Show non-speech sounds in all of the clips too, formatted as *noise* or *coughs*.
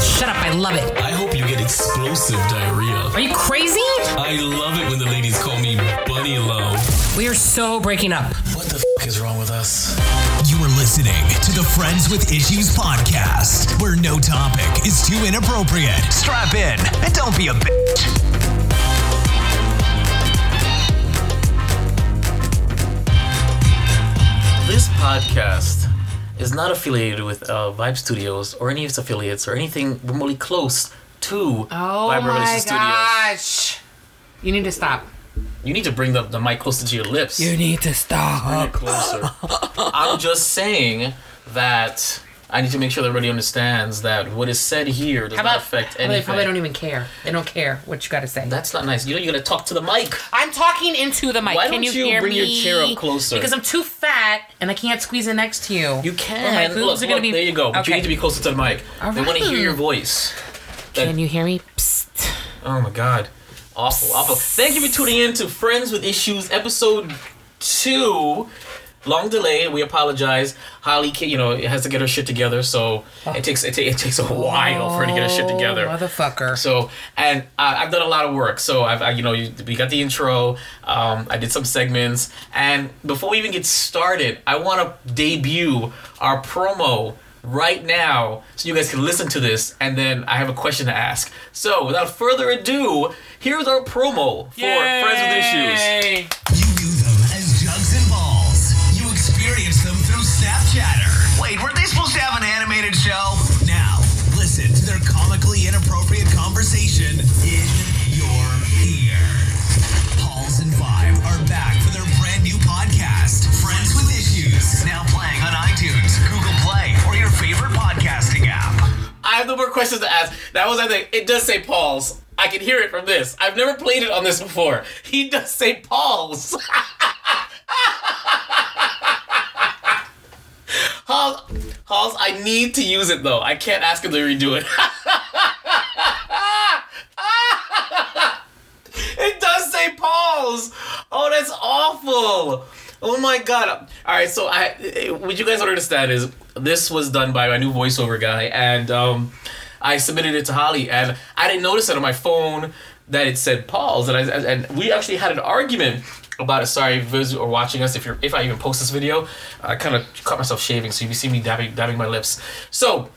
Shut up. I love it. I hope you get explosive diarrhea. Are you crazy? I love it when the ladies call me Buddy Love. We are so breaking up. What the f- is wrong with us? You are listening to the Friends with Issues podcast, where no topic is too inappropriate. Strap in and don't be a bitch. This podcast is not affiliated with uh, Vibe Studios or any of its affiliates or anything remotely close to Oh Vibe my Revolution gosh. You need to stop. Studios. You need to bring the, the mic closer to your lips. need to stop. closer. I'm just saying that I need to make sure that everybody understands that what is said here does How about not affect how about They anything. probably don't even care. They don't care what you got to say. That's not nice. You know you gotta talk to the mic. I'm talking into the mic. Why can don't you, you hear bring your me? chair up closer? Because I'm too fat and I can't squeeze in next to you. You Or Oh, can. my boobs look, are look, gonna be. there you go. But you need to be closer to the mic. All They want to hear right. your voice. Can you hear me? Psst. Oh my god. Awful, awful. Thank you for tuning in to Friends with Issues, episode two. Long delay, we apologize. Holly, ca- you know, it has to get her shit together, so it takes it, ta- it takes a while for her to get her shit together. Oh, motherfucker. So, and I, I've done a lot of work. So I've, I, you know, you, we got the intro. Um, I did some segments, and before we even get started, I want to debut our promo right now, so you guys can listen to this, and then I have a question to ask. So, without further ado, here's our promo for Friends with Issues. Yay. You knew them as jugs and balls. You experienced them through Snap Chatter. Wait, weren't they supposed to have an animated show? Now, listen to their comically inappropriate conversation in your ear. Pauls and Vibe are back for their brand new podcast, Friends with Issues. Now playing on iTunes, Google Play, or your favorite podcasting app. I have no more questions to ask. That was, I think, it does say Paul's. I can hear it from this. I've never played it on this before. He does say Paul's. *laughs* Halls, Halls, I need to use it though. I can't ask him to redo it. *laughs* it does say Paul's. Oh, that's awful. Oh my god. All right, so I eh, what you guys don't understand is this was done by my new voiceover guy, and um, I submitted it to Holly, and I didn't notice it on my phone that it said Paul's, and I and we actually had an argument about it. Sorry, viewers or watching us, if you're if I even post this video, I kind of caught myself shaving, so you can see me dabbing dabbing my lips. So.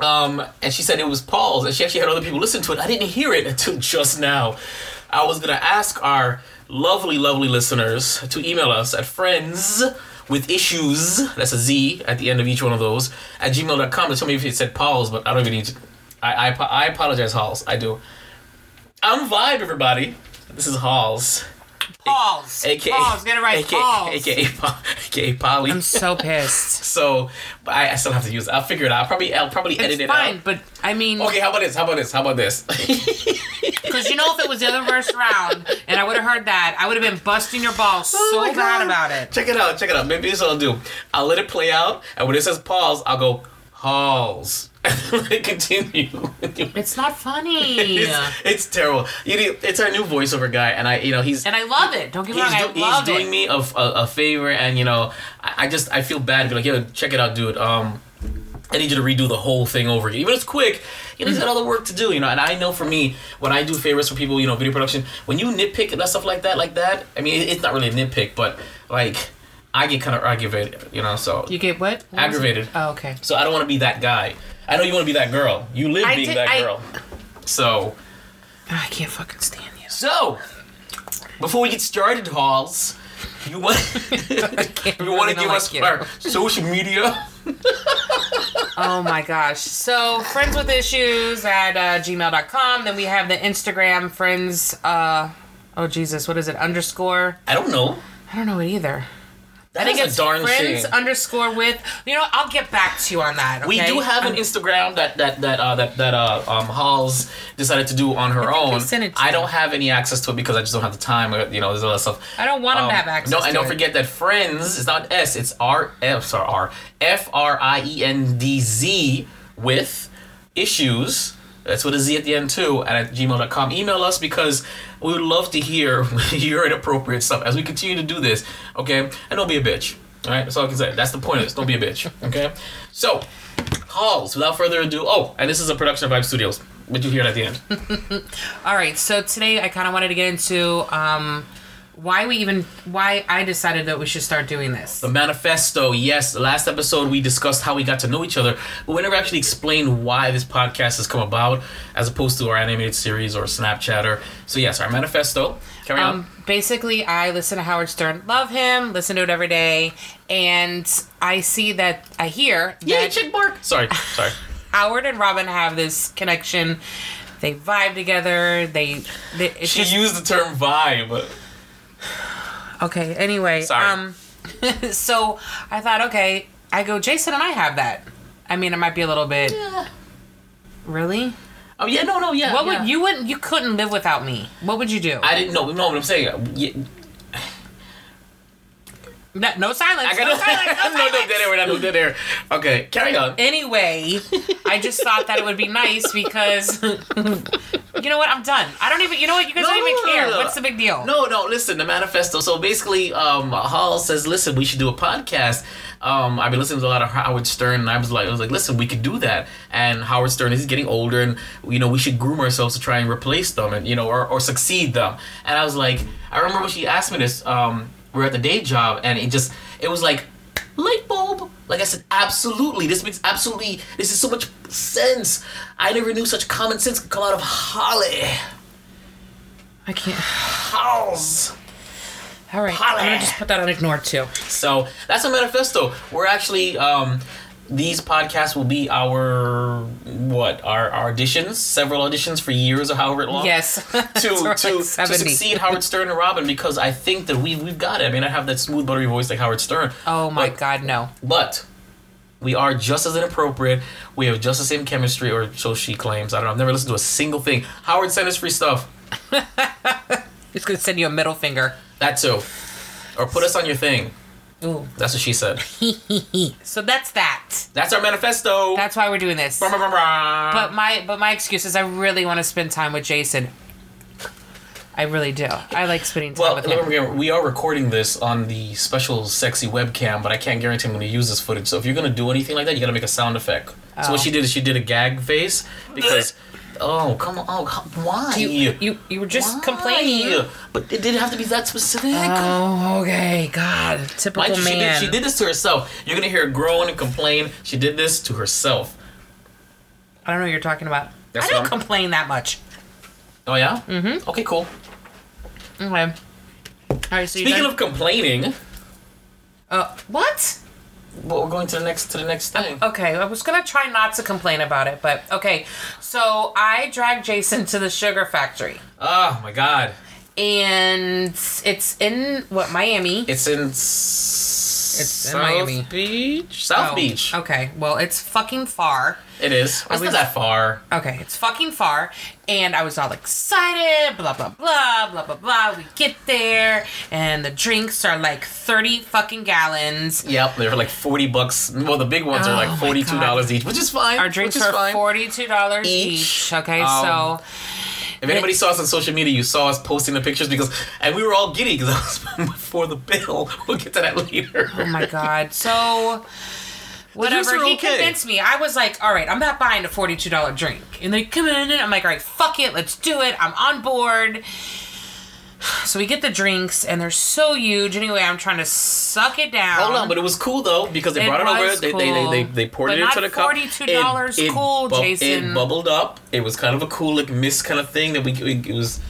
Um, and she said it was Paul's, and she actually had other people listen to it. I didn't hear it *laughs* until just now. I was gonna ask our lovely, lovely listeners to email us at friends with issues. That's a Z at the end of each one of those at gmail.com to tell me if it said Paul's, but I don't even need to. I, I, apo- I apologize, Halls. I do. I'm Vibe, everybody. This is Halls, Balls. aka Balls. Get it right. aka, Balls. aka, Pa- aka Polly. I'm so pissed. so but I, I still have to use. it. I'll figure it out. I'll probably I'll probably edit It's it out. fine, but I mean, Okay, how about this? How about this? How *laughs* about this? because you know, if it was the other first round and I would have heard that, I would have been busting your balls so my bad God. about it. check it out, check it out. Maybe this will do. I'll let it play out, and when it says pause, I'll go halls. *laughs* And then continue. *laughs* It's not funny. It's, it's terrible. You need, it's our new voiceover guy, and I, you know, he's And I love it. Don't get me he's, wrong. I do- he's love doing it. me a, f- a- a favor, and you know, I, I just I feel bad. Be like, yo, check it out, dude. Um, I need you to redo the whole thing over again. Even if it's quick, you know, he's got other work to do, you know. And I know for me, when I do favors for people, you know, video production, when you nitpick and stuff like that, like that, I mean, it- it's not really a nitpick, but like, I get kind of aggravated, you know. So You get what? What was it? Aggravated. Oh, okay. so I don't want to be that guy. I know you want to be that girl. You live I being did- that I- girl. So. Ah, I can't fucking stand you. So, before we get started, Halls, *laughs* you want you want to give us our social media? Oh my gosh. So, friends with issues at uh, gmail.com. Then we have the Instagram friends. Uh, oh, Jesus. What is it? Underscore? I don't know. I don't know it either. That I think is it's a darn friends shame. underscore with. You know, I'll get back to you on that. we okay? do have an Instagram that that that uh, that that uh, um, Halls decided to do on her I own. sent it to I you. don't have any access to it because I just don't have the time. Or, you know, there's a lot of stuff. I don't want 'em to have access Um, No, and to don't it. forget that Friends is not S. It's R F. Sorry, R F R I E N D Z with issues. That's with a Z at the end too, and at gmail.com. Email us because we would love to hear *laughs* your inappropriate stuff as we continue to do this. Okay, and don't be a bitch. All right, that's all I can say. That's the point of this. Don't be a bitch. Okay, so Halls. Without further ado, oh, and this is a production of Vibe Studios. But you hear it at the end. All right, so today I kind of wanted to get into um, why we even why I decided that we should start doing this. The manifesto, yes. The last episode we discussed how we got to know each other, but we never actually explained why this podcast has come about, as opposed to our animated series or Snapchatter. So yes, our manifesto. Carry on. Um, basically, I listen to Howard Stern, love him, listen to it every day, and I see that I hear Yay, that chick bark. Sorry, sorry. Howard and Robin have this connection. They vibe together. They, they it's *laughs* She just used the term vibe. Okay, anyway. Sorry. Um *laughs* so I thought, okay, I go, Jason and I have that. I mean it might be a little bit Really? Oh yeah, no, no, yeah. What yeah. would you wouldn't you couldn't live without me. What would you do? I didn't know. No, what I'm saying. Yeah, no, no silence. I got *laughs* no silence. no, no, dead air. We're not no dead air. Okay, carry on. Anyway, I just thought that it would be nice because *laughs* you know what? I'm done. I don't even you know what? You guys No, don't even no, care. no, no. What's the big deal? No, no, listen, the manifesto. So basically, um, Hall says, listen, we should do a podcast. Um, I've been listening to a lot of Howard Stern, and I was like, I was like, listen, we could do that. And Howard Stern is getting older, and you know, we should groom ourselves to try and replace them, and you know, or, or succeed them. And I was like, I remember when she asked me this. Um, we we're at the day job, and it just, it was like light bulb. Like I said, absolutely. This makes absolutely. This is so much sense. I never knew such common sense could come out of Holly. I can't. Halls. All right. Holla. I'm going to just put that on ignore too. So that's a manifesto. We're actually um, these podcasts will be our what our, our auditions, several auditions for years or however long. Yes. Uh, *laughs* *laughs* To, It's to, like to 70. succeed Howard Stern and Robin because I think that we we've got it. I mean I have that smooth buttery voice like Howard Stern. Oh my But- god, no. But we are just as inappropriate. We have just the same chemistry, or so she claims. I don't know. I've never listened to a single thing. Howard sent us free stuff. It's going to send you a middle finger. That too. Or put us on your thing. Ooh. That's what she said. *laughs* So that's that. That's our manifesto. That's why we're doing this. Bah, bah, bah, bah. But my but my excuse is I really want to spend time with Jason. I really do. I like spending time Well, with remember, him. again, we are recording this on the special sexy webcam, but I can't guarantee I'm going to use this footage. So if you're going to do anything like that, you got to make a sound effect. So Oh. what she did is she did a gag face *gasps* because, oh come on, oh, how- why? You, you you were just Why? complaining. But it didn't have to be that specific. Oh, okay. God, Mind typical you, she did, man. she did this to herself. You're going to hear her groan and complain. She did this to herself. I don't know what you're talking about. That's I don't what I'm- complain that much. Oh yeah. Mm-hmm. Okay, cool. Okay. All right. So Speaking you of complaining, uh, what? well, we're going to the next to the next Uh, thing. Okay, I was gonna try not to complain about it, but okay. So I dragged Jason to the sugar factory, Oh my God, and it's in what Miami. it's in. It's in South Miami. Beach. South Oh, Beach. Okay, well, it's fucking far. It is. It's was- not that far. Okay, it's fucking far, and I was all excited, blah blah blah, blah blah blah. We get there, and the drinks are like thirty fucking gallons. Yep, they're like forty bucks. Well, the big ones Oh are my like forty-two dollars each, which is fine. Our drinks which is are fine. forty-two dollars Each. each. Okay, Um, so If anybody saw us on social media, you saw us posting the pictures because, and we were all giddy *laughs* because I was before the bill. We'll get to that later. oh my god, so. Whatever are he okay. convinced me, I was like, "All right, I'm not buying a forty-two dollar drink." And they come in, and I'm like, "All right, fuck it, let's do it. I'm on board." So we get the drinks, and they're so huge. Anyway, I'm trying to suck it down. Hold on, but it was cool though because they Um, It brought it over. was They, they, they, cool. they, they poured But it not into the cup. $42 It- it cool, bub- It Jason. bubbled up. It was kind of a cool like mist kind of thing that we it, was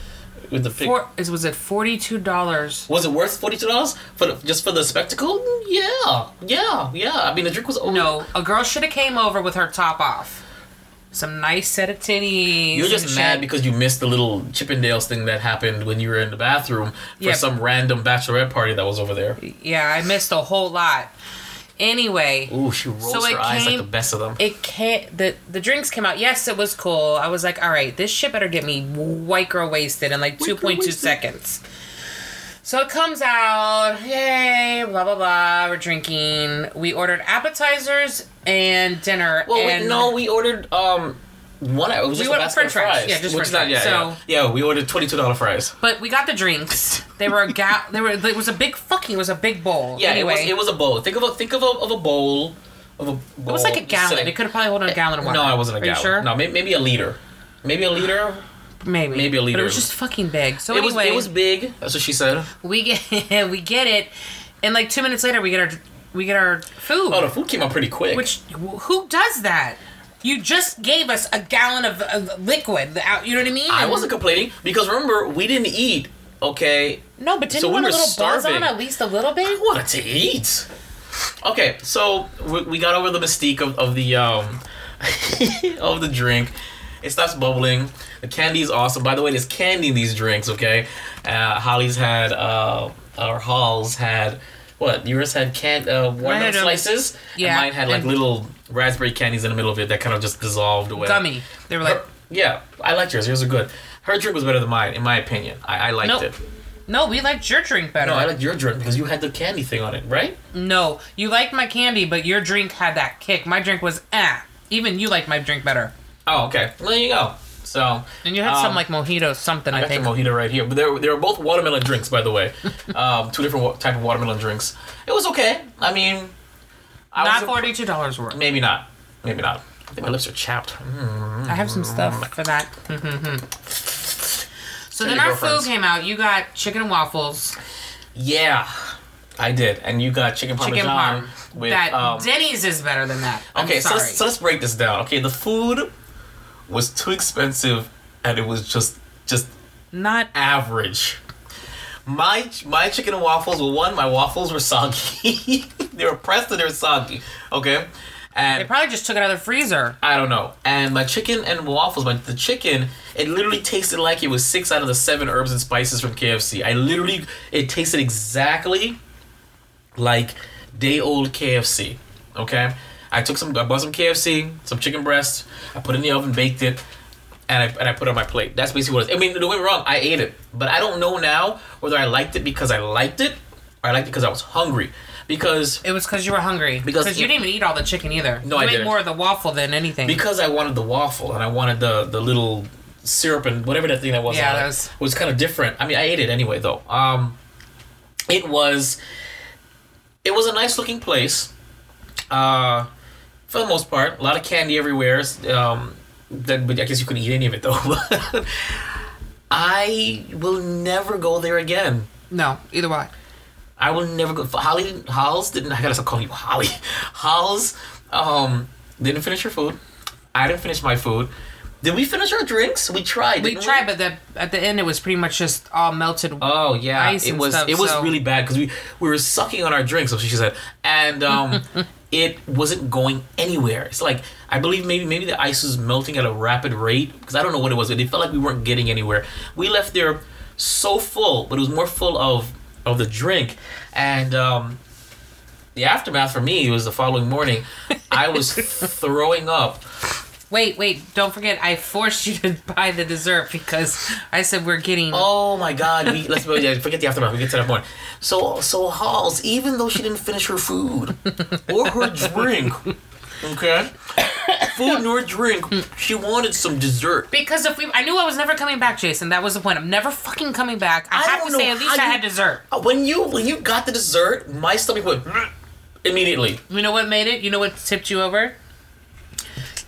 with the pic- Four, is was it forty two dollars? Was it worth forty two dollars for the, just for the spectacle? Yeah, yeah, yeah. I mean, the drink was over. No, a girl should have came over with her top off, some nice set of titties. You're and just mad shit. because you missed the little Chippendales thing that happened when you were in the bathroom for Yeah. some random bachelorette party that was over there. yeah, I missed a whole lot. Anyway, Ooh, she rolls So it her eyes like came- the best of them. it can't. The the drinks came out. Yes, it was cool. I was like, all right, this shit better get me white girl wasted in like two point two wasted. seconds. So it comes out, yay, blah blah blah. We're drinking. We ordered appetizers and dinner. well, and we, no, we ordered um one. It was just a ordered basket of french fries. fries. Yeah, just which french is fries. not- So- Yeah, yeah, yeah. We ordered twenty two dollar fries. But we got the drinks. They were a ga- They were. It was a big fucking. It was a big bowl. Yeah, Anyway, it was it was a bowl. Think of a think of a, of a bowl of a bowl. It was like a gallon. It could have probably held on a gallon of water. No, it wasn't a Are gallon. You sure? No, may- maybe a liter. Maybe a liter. maybe. maybe a But liter. it was just fucking big. So It was anyway, it was big. That's what she said. we get *laughs* we get it, and like two minutes later, we get our we get our food. Oh, the food came out pretty quick. Which who does that? You just gave us a gallon of, of liquid. the out- You know what I mean? I wasn't complaining because remember we didn't eat. Okay, No, but didn't So you we want a were little buzz starving. on at least a little I bit? wanted to eat. Okay, so we, we got over the mystique of, of the um *laughs* of the drink. It stops bubbling. The candy is awesome. By the way, there's candy in these drinks. Okay, uh, Holly's had uh, or Hall's had what? Yours had can uh, watermelon had, um, slices. yeah, and mine had like and- little raspberry candies in the middle of it that kind of just dissolved away. Gummy. They were like, Her- yeah, I liked yours. Yours are good. Her drink was better than mine, in my opinion. I, I liked Nope. it. no, we liked your drink better. No, I liked your drink because you had the candy thing on it, right? No, you liked my candy, but your drink had that kick. My drink was eh. Even you liked my drink better. Oh, okay. Well, there you go. So, And you had um, some like mojito something, I I, got your think. mojito right here, but they were, they were both watermelon drinks, by *laughs* the way. um, two different wa- type of watermelon drinks. It was okay. I mean, I Not was- forty two dollars worth. Maybe not. Maybe not. I think my lips are chapped. Mm-hmm. Mm. I have some stuff for that. so then your our girlfriends. food came out. You got chicken and waffles, Yeah, I did. And you got chicken parmesan chicken parm. with that um, Denny's is better than that. I'm Okay, so sorry. let's, so let's break this down. Okay, the food was too expensive, and it was just just Not average. My my chicken and waffles were one. My waffles were soggy. *laughs* they were pressed and they were soggy. Okay, They and probably just took it out of the freezer. I don't know. And my chicken and waffles, my the chicken, it literally tasted like it was six out of the seven herbs and spices from KFC. I literally, it tasted exactly like day old KFC. Okay, I took some, I bought some KFC, some chicken breast, I put it in the oven, baked it, and I and I put it on my plate. That's basically what it is. I mean, don't get me wrong, I ate it, but I don't know now whether I liked it because I liked it or I liked it because I was hungry. Because It was because you were hungry. Because- Because you didn't even eat all the chicken either. No, you I ate didn't. more of the waffle than anything. because I wanted the waffle and I wanted the the little syrup and whatever that thing that was. Yeah, on it that was- was kind of different. I mean, I ate it anyway though. Um, it was it was a nice looking place. Uh, for the most part, a lot of candy everywhere. Um, that but I guess you couldn't eat any of it though. *laughs* I will never go there again. no, either way. I will never go. Holly, Halls didn't. I gotta stop calling you Holly. *laughs* Halls um, didn't finish her food. I didn't finish my food. Did we finish our drinks? We tried. We didn't tried, but the, at the end it was pretty much just all melted. Oh yeah, Ice it and was stuff, it was so- really bad because we we were sucking on our drinks. So she said, and um, *laughs* it wasn't going anywhere. It's like I believe maybe maybe the ice was melting at a rapid rate because I don't know what it was, but it felt like we weren't getting anywhere. We left there so full, but it was more full of of the drink, and um, the aftermath for me was the following morning. *laughs* I was throwing up. Wait, wait, don't forget, I forced you to *laughs* buy the dessert because I said we're getting. Oh my God! We, let's yeah, forget the aftermath. We get to that point. So so Halls, even though she didn't finish her food or her drink, okay, food nor drink, she wanted some dessert. Because if we, I knew I was never coming back, Jason. That was the point. I'm never fucking coming back. I, I have don't to know say, at least how I you- had dessert. Uh, When you when you got the dessert, my stomach went *sniffs* immediately. You know what made it? You know what tipped you over?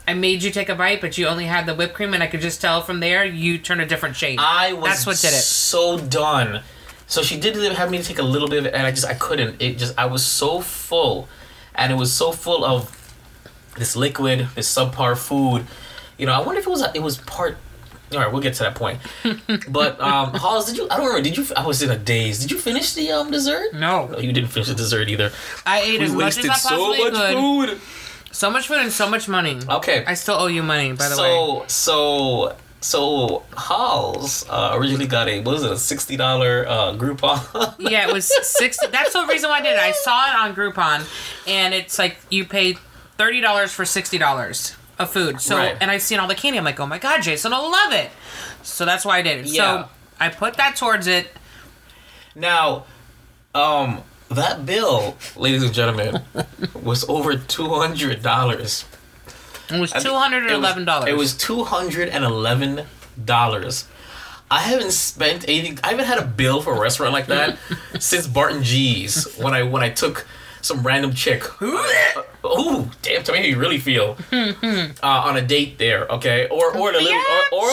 I made you take a bite, but you only had the whipped cream, and I could just tell from there you turned a different shade. I was That's what did it. so done. So she did have me take a little bit of it, and I just I couldn't. It just I was so full, and it was so full of this liquid, this subpar food. You know, I wonder if it was it was part. All right, we'll get to *laughs* that point. but um, Halls, did you? I don't remember. Did you? I was in a daze. Did you finish the um dessert? No, No, you didn't finish the dessert either. I ate Mm. as much as I possibly could. food. So much food and so much money. Okay. I still owe you money, by the way. so so so Halls uh, originally got a what was it a sixty dollar uh, Groupon. *laughs* Yeah, it was six. That's the reason why I did it. I saw it on Groupon, and it's like you pay thirty dollars for sixty dollars of food. So, Right. and I seen all the candy. I'm like, oh my god, Jason, I love it. So that's why I did it. Yeah. So I put that towards it. Now, um, that bill, ladies and gentlemen, was over two hundred dollars. It was two hundred and eleven dollars. It was two hundred and eleven dollars. I haven't spent *laughs* anything. I haven't had a bill for a restaurant like that since Barton G's when I when I took some random chick. Uh, Ooh, damn, tomato, you really *laughs* feel uh, on a date there, okay? Or or the little or or,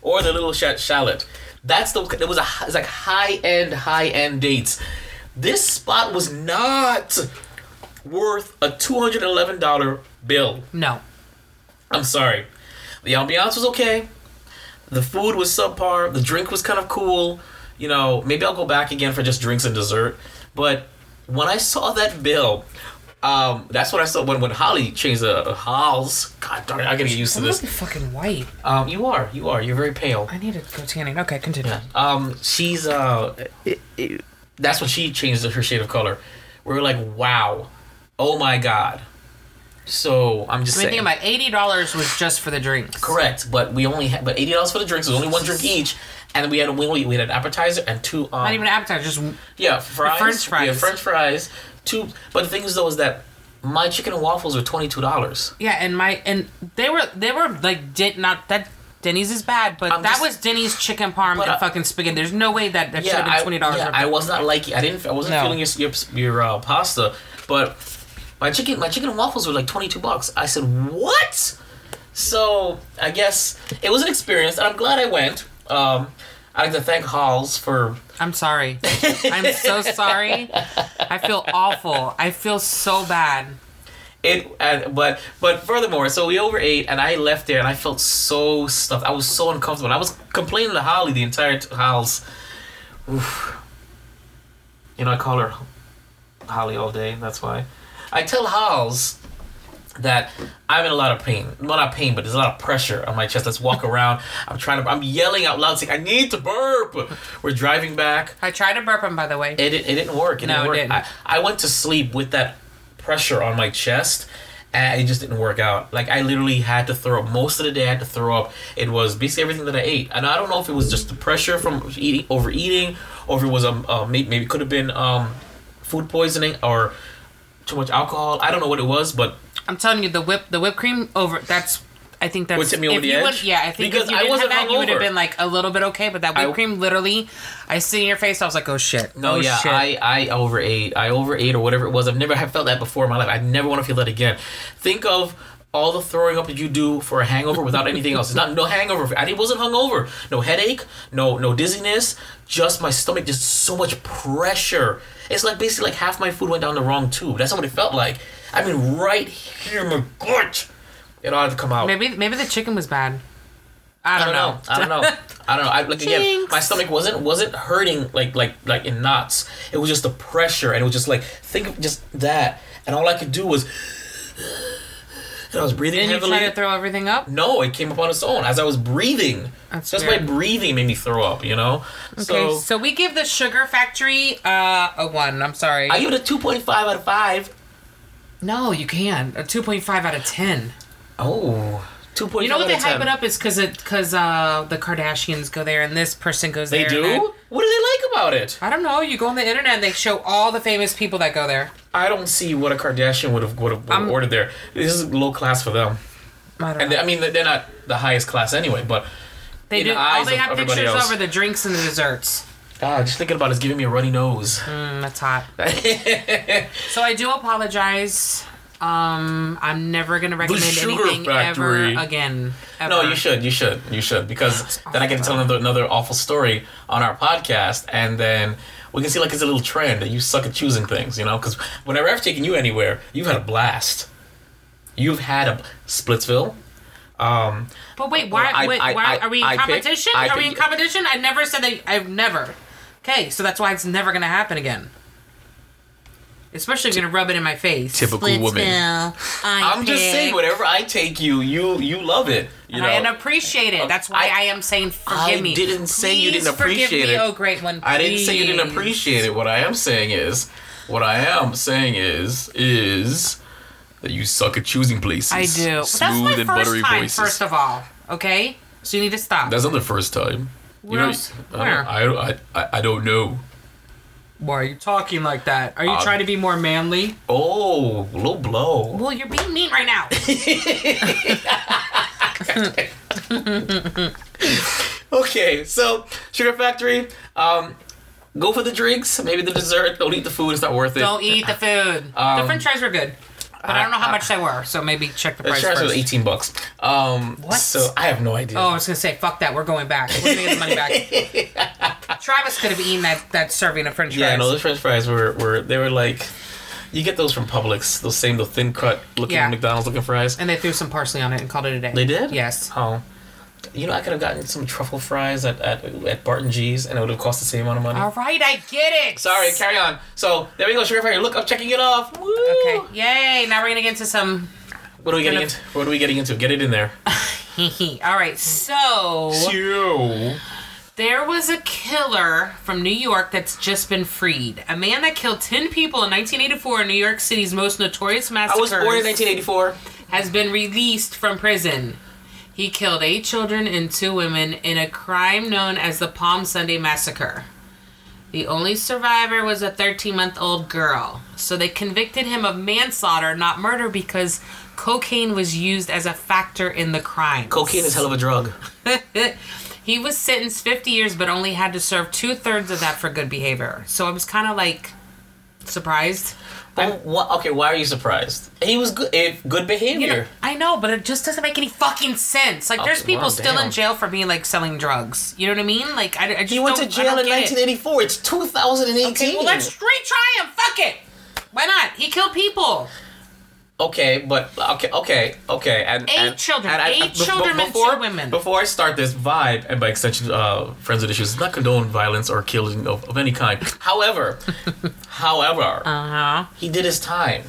or the little sh- shallot. That's the it was a it's like high end high end dates. This spot was not worth a two hundred eleven dollar bill. No. I'm sorry. The ambiance was okay. The food was subpar. The drink was kind of cool. You know, maybe I'll go back again for just drinks and dessert. But when I saw that bill, um, that's what I saw when, when Holly changed the Halls. God darn it, I gotta get used to I must this. be fucking white. Um, you are, you are, you're very pale. I need to go tanning. Okay, continue. Um, she's uh, it- it- that's when she changed her shade of color. We were like, wow, oh my god. So I'm just I mean, saying. think about it, eighty dollars was just for the drinks. Correct, but we only had but eighty dollars for the drinks. It was only one drink each, and we had a we only- we had an appetizer and two. Um, Not even an appetizer, just yeah, fries. French fries. Yeah, French fries. Two. But the thing is though is that my chicken and waffles were twenty two dollars. yeah. And my and they were they were like did not that Denny's is bad, but I'm that just- was Denny's chicken parm But and I- fucking spaghetti. There's no way that that should Yeah, have been I, twenty dollars. yeah, I was not liking. I didn't. I wasn't No. feeling your your, your uh, pasta, but my chicken my chicken and waffles were like twenty two bucks. I said what? So I guess it was an experience, and I'm glad I went. Um, I'd like to thank Halls for I'm sorry. I'm *laughs* so sorry. I feel awful. I feel so bad. It and but but furthermore, so we overate and I left there and I felt so stuffed. I was so uncomfortable. I was complaining to Holly the entire t- house. Oof. You know, I call her Holly all day. That's why I tell Halls that I'm in a lot of pain. Well, not pain, but there's a lot of pressure on my chest. Let's walk around. I'm trying to. I'm yelling out loud, saying, "I need to burp." We're driving back. I tried to burp him, by the way. It, it, it didn't work. It No, didn't it work. didn't. I, I went to sleep with that pressure on my chest, and it just didn't work out. Like I literally had to throw up. Most of the day, I had to throw up. It was basically everything that I ate, and I don't know if it was just the pressure from eating, overeating, or if it was um, uh, maybe, maybe it could have been um, food poisoning or too much alcohol. I don't know what it was, but I'm telling you, the whip, the whipped cream over. That's. I think that's. What tipped me over if the you edge? would- yeah, I think Because if you I didn't have wasn't that, you would have hungover. been like a little bit okay. But that whipped I- cream, literally, I see in your face. I was like, oh shit. No, oh, yeah, shit. I, I overate. I overate or whatever it was. I've never have felt that before in my life. I never want to feel that again. Think of all the throwing up that you do for a hangover without anything else. It's not no hangover. I wasn't hungover. No headache. No no dizziness. Just my stomach. Just so much pressure. It's like basically like half my food went down the wrong tube. That's what it felt like. I mean, right here, in my gut. It ought to come out. Maybe maybe the chicken was bad. I I don't, don't know. I don't know. I don't know. I, like again, Jinx. my stomach wasn't wasn't hurting like like like in knots. It was just the pressure, and it was just like think of just that, and all I could do was, *sighs* and I was breathing Didn't you heavily. try to throw everything up? no, it came up on its own as I was breathing. That's just weird. my breathing made me throw up. You know. Okay, So, so we give the Sugar Factory uh, a one. I'm sorry. I give it a two point five out of five. no, you can a 2.5 out of 10. Oh. 2.5 You know what they out of 10. hype it up is because it because uh, the Kardashians go there and this person goes They there. do. and that- What do they like about it? I don't know. You go on the internet and they show all the famous people that go there. I don't see what a Kardashian would have would have I'm- ordered there. This is low class for them. I don't And know. they, I mean, they're not the highest class anyway, but They in do. the all eyes they of have everybody pictures else. over the drinks and the desserts. God, just thinking about it is giving me a runny nose. Mm, that's *laughs* hot. so I do apologize. Um, I'm never gonna recommend Sugar anything Factory. ever again. Ever. No, you should, you should, you should, because then I get to tell another, another awful story on our podcast, and then we can see like it's a little trend that you suck at choosing things, you know? Because whenever I've taken you anywhere, you've had a blast. You've had a Splitsville. Um, But wait, why? I- wait, I- why I- are we in I pick- competition? I are we in pick- competition? I never said that. I've never. Okay, so that's why it's never gonna happen again. Especially if you're gonna rub it in my face. Typical woman. Splitsville, I I'm just pick. saying, whatever I take you, you you love it. You know, And I appreciate it. That's why I, I- am saying forgive I me. didn't say you Please didn't forgive appreciate me, it. Oh, great one. I didn't say you didn't please. appreciate it. What I am saying is, what I am saying is, is that you suck at choosing places. I do. Well, Smooth that's my and first buttery time, voices. First of all, okay. So you need to stop. That's not the first time. Where you know, else- where? I, don't- I, I, I don't know. why are you talking like that? Are you Um, trying to be more manly? Oh, low blow. Well, you're being mean right *laughs* now. Okay, so Sugar Factory. Um, Go for the drinks, maybe the dessert. Don't eat the food. It's not worth it. Don't eat the food. Um, the French fries were good, but I don't know how much they were. So maybe check the The price charge was first. eighteen bucks. Um, What? So I have no idea. Oh, I was gonna say, fuck that. We're going back. We're gonna get the money back. *laughs* Travis could have eaten that, that serving of French yeah, fries. no, those French fries were were they were like, you get those from Publix. Those same, the thin cut looking Yeah. McDonald's looking fries. and they threw some parsley on it and called it a day. They did? Yes. Oh. You know, I could have gotten some truffle fries at, at, at Barton G's and it would have cost the same amount of money. All right, I get it. Sorry, carry on. So, there we go, Sugar Fairy. Look, I'm checking it off. Woo! Okay. Yay! Now we're gonna get into some. What are we getting Gonna- into? What are we getting into? Get it in there. All right. So You. there was a killer from New York that's just been freed. A man that killed ten people in 1984 in New York City's most notorious I was massacres born in 1984. has been released from prison. He killed eight children and two women in a crime known as the Palm Sunday Massacre. The only survivor was a 13 month old girl. So they convicted him of manslaughter, not murder, because cocaine was used as a factor in the crime. Cocaine is hell of a drug. *laughs* he was sentenced 50 years, but only had to serve two thirds of that for good behavior. So I was kind of like surprised. But wha- okay, why are you surprised? He was good. If good behavior. You know, I know, but it just doesn't make any fucking sense. Like, there's Oh, people well, still damn. in jail for being like selling drugs. You know what I mean? Like, I, I just he went to don't- I jail don't in get it. 1984. It's 2018. Okay, well, let's retry him. Fuck it. Why not? He killed people. Okay, but okay, okay, okay, and Eight and- children, eight bef- children and before, two women. Before I start this vibe, and by extension, uh, friends with issues, not condone violence or killing of, of *laughs* any kind. However, however, Uh huh. he did his time.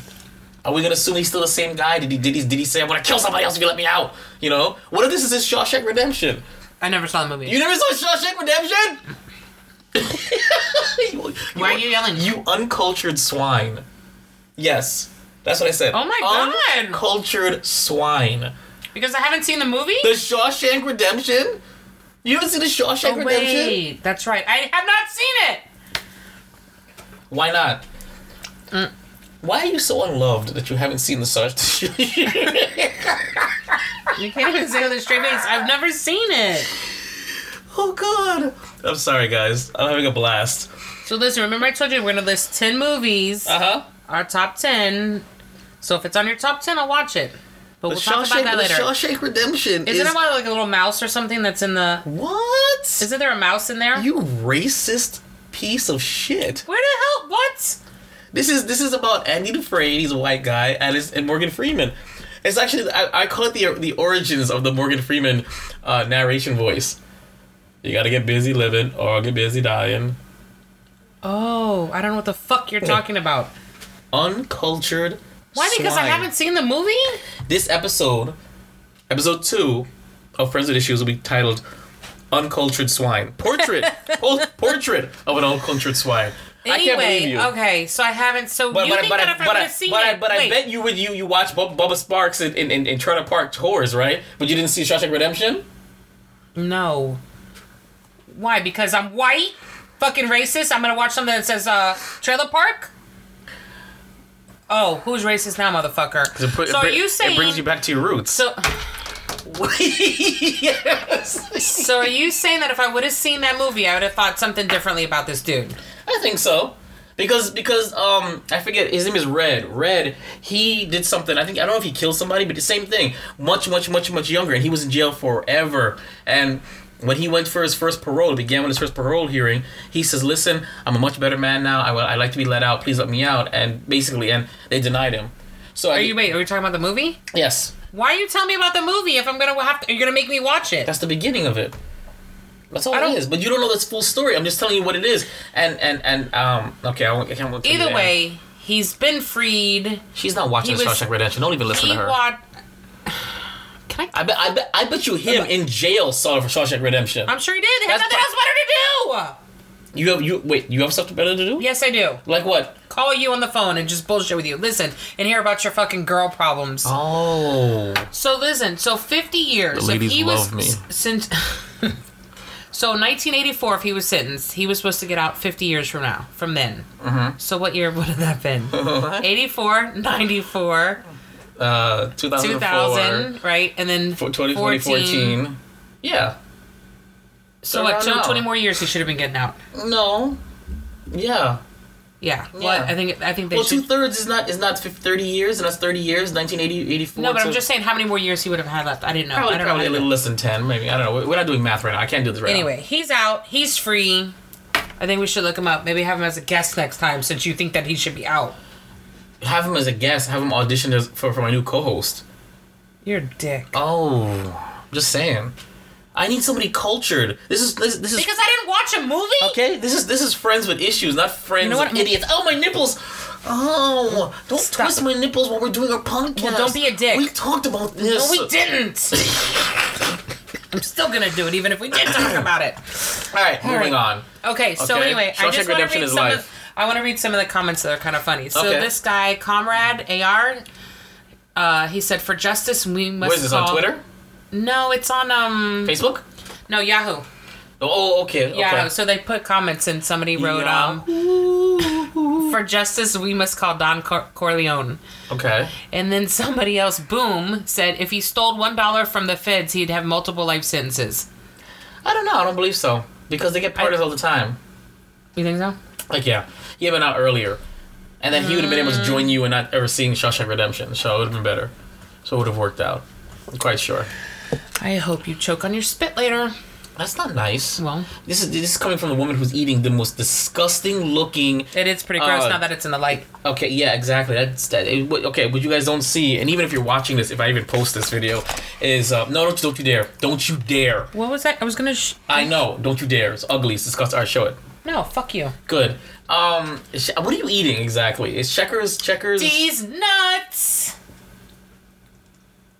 Are we gonna assume he's still the same guy? Did he did he did he say I'm gonna kill somebody else if you let me out? You know, what if this is his Shawshank Redemption? I never saw the movie. You never saw Shawshank Redemption? You- *laughs* Why are you yelling? You uncultured swine. Yes. That's what I said. Oh my God. Uncultured swine. because I haven't seen the movie? The Shawshank Redemption? You haven't seen the Shawshank Oh, Redemption? wait. That's right. I have not seen it. Why not? Mm. Why are you so unloved that you haven't seen the Shawshank? You can't even say it with a straight face. I've never seen it. *laughs* oh god. I'm sorry guys. I'm having a blast. So, listen, remember I told you we're going to list 10 movies, Uh-huh. our top 10. So, if it's on your top 10, I'll watch it. But we'll the talk Shawshank, about that later. The Shawshank Redemption Isn't is it about like a little mouse or something that's in the? What? Isn't there a mouse in there? you racist piece of shit. Where the hell? What? This is this is about Andy Dufresne. He's a white guy, and it's, and Morgan Freeman. It's actually I, I call it the the origins of the Morgan Freeman uh, narration voice. You gotta get busy living or get busy dying. Oh, I don't know what the fuck you're talking about. Uncultured. Why? Because I swine. haven't seen the movie. This episode, episode two, of Friends with Issues will be titled "Uncultured Swine." *laughs* Portrait, Por- portrait of an uncultured swine. I can't believe Anyway, you. okay, so I haven't. So But, you but, think but, that I, if I but, would I, have seen but, it, I, but I wait, bet you would you you watch Bub- Bubba Sparks in, in, in, in Turner Park tours, right? But you didn't see Shawshank Redemption. no. Why? Because I'm white, fucking racist. I'm gonna watch something that says uh, trailer park. Oh, who's racist now, motherfucker? so are you saying? it brings you back to your roots? so *laughs* yes, So are you saying that if I would have seen that movie, I would have thought something differently about this dude? I think so. Because because um I forget his name is Red. Red he did something I think I don't know if he killed somebody but the same thing much much much much younger and he was in jail forever and when he went for his first parole it began with his first parole hearing he says listen I'm a much better man now I will I like to be let out please let me out and basically and they denied him so I Are you wait? Are we talking about the movie? yes Why are you telling me about the movie if I'm gonna have to? You're gonna make me watch it. That's the beginning of it. That's all I it don't- is. But you don't know this full story. I'm just telling you what it is. And and and um. Okay, I, won't, I can't. won't tell you Either the way, end. he's been freed. she's not he watching the was- Shawshank Redemption. Don't even listen He to her. watched. Can I? I bet. I bet. I bet you him in jail saw it for Shawshank Redemption. I'm sure he did. He had That's nothing else better to you have you wait. You have stuff better to do. do. Yes, I do. Like what? Call you on the phone and just bullshit with you. Listen and hear about your fucking girl problems. Oh. So listen, so 50 years. The if ladies he was love me. s- since *laughs* So 1984 if he was sentenced, he was supposed to get out 50 years from now, from then. Mm-hmm. So what year would have that *laughs* been? 84, 94, Uh. Two thousand four. 2000, right? And then For 2014. 14. Yeah. So Around what, two- now. 20 more years he should have been getting out. No. Yeah. Yeah. Well, I think I think they Well, two should. thirds is not is not fif- thirty years, and that's thirty years, 1980, 84. no, but I'm so just saying how many more years he would have had left. I didn't know. probably, I don't probably a know. how to do little less than ten, maybe. I don't know. We're- We're not doing math right now. I can't do this right it. now. Anyway, he's out. He's free. I think we should look him up. Maybe have him as a guest next time since you think that he should be out. have him as a guest. Have him audition as, for for my new co-host. You're a dick. Oh, just saying. I need somebody cultured. This is this, this is Because I didn't watch a movie. okay. This is this is friends with issues, not friends know what? with idiots. Oh, my nipples. Oh, don't Stop. twist my nipples while we're doing our podcast. Well, don't be a dick. We talked about this. No, we didn't. *laughs* I'm still gonna do it, even if we did talk about it. All right, moving right. on. Okay, so Okay, anyway, I Shawshank just want to Redemption read is some. life. Of, I want to read some of the comments that are kind of funny. So Okay. this guy, Comrade Ar, uh, he said, "For justice, we must." What is this call... on Twitter, No, it's on um. Facebook? No, Yahoo. Oh, okay. Yahoo. okay. So they put comments, and somebody wrote, um, "For justice, we must call Don Cor- Corleone." Okay. And then somebody else, boom, said, "If he stole one dollar from the feds, he'd have multiple life sentences." I don't know. I don't believe so because they get parties all the time. You think so? Like yeah, yeah, but not earlier. And then he would have been able to Mm. join you and not ever seeing Shawshank Redemption, so it would have been better. So it would have worked out. I'm quite sure. I hope you choke on your spit later. That's not nice. Well. this is this is coming from the woman who's eating the most disgusting looking. It is pretty gross Uh, now that it's in the light. Okay, yeah, exactly. That's that. It, what- okay, what you guys don't see, and even if you're watching this, if I even post this video, is uh, no, don't, don't you dare, don't you dare. What was that? I was gonna. Sh- I know, don't you dare. It's ugly. It's disgusting. All right, show it. no, fuck you. Good. Um, sh- what are you eating exactly? Is checkers checkers? These nuts.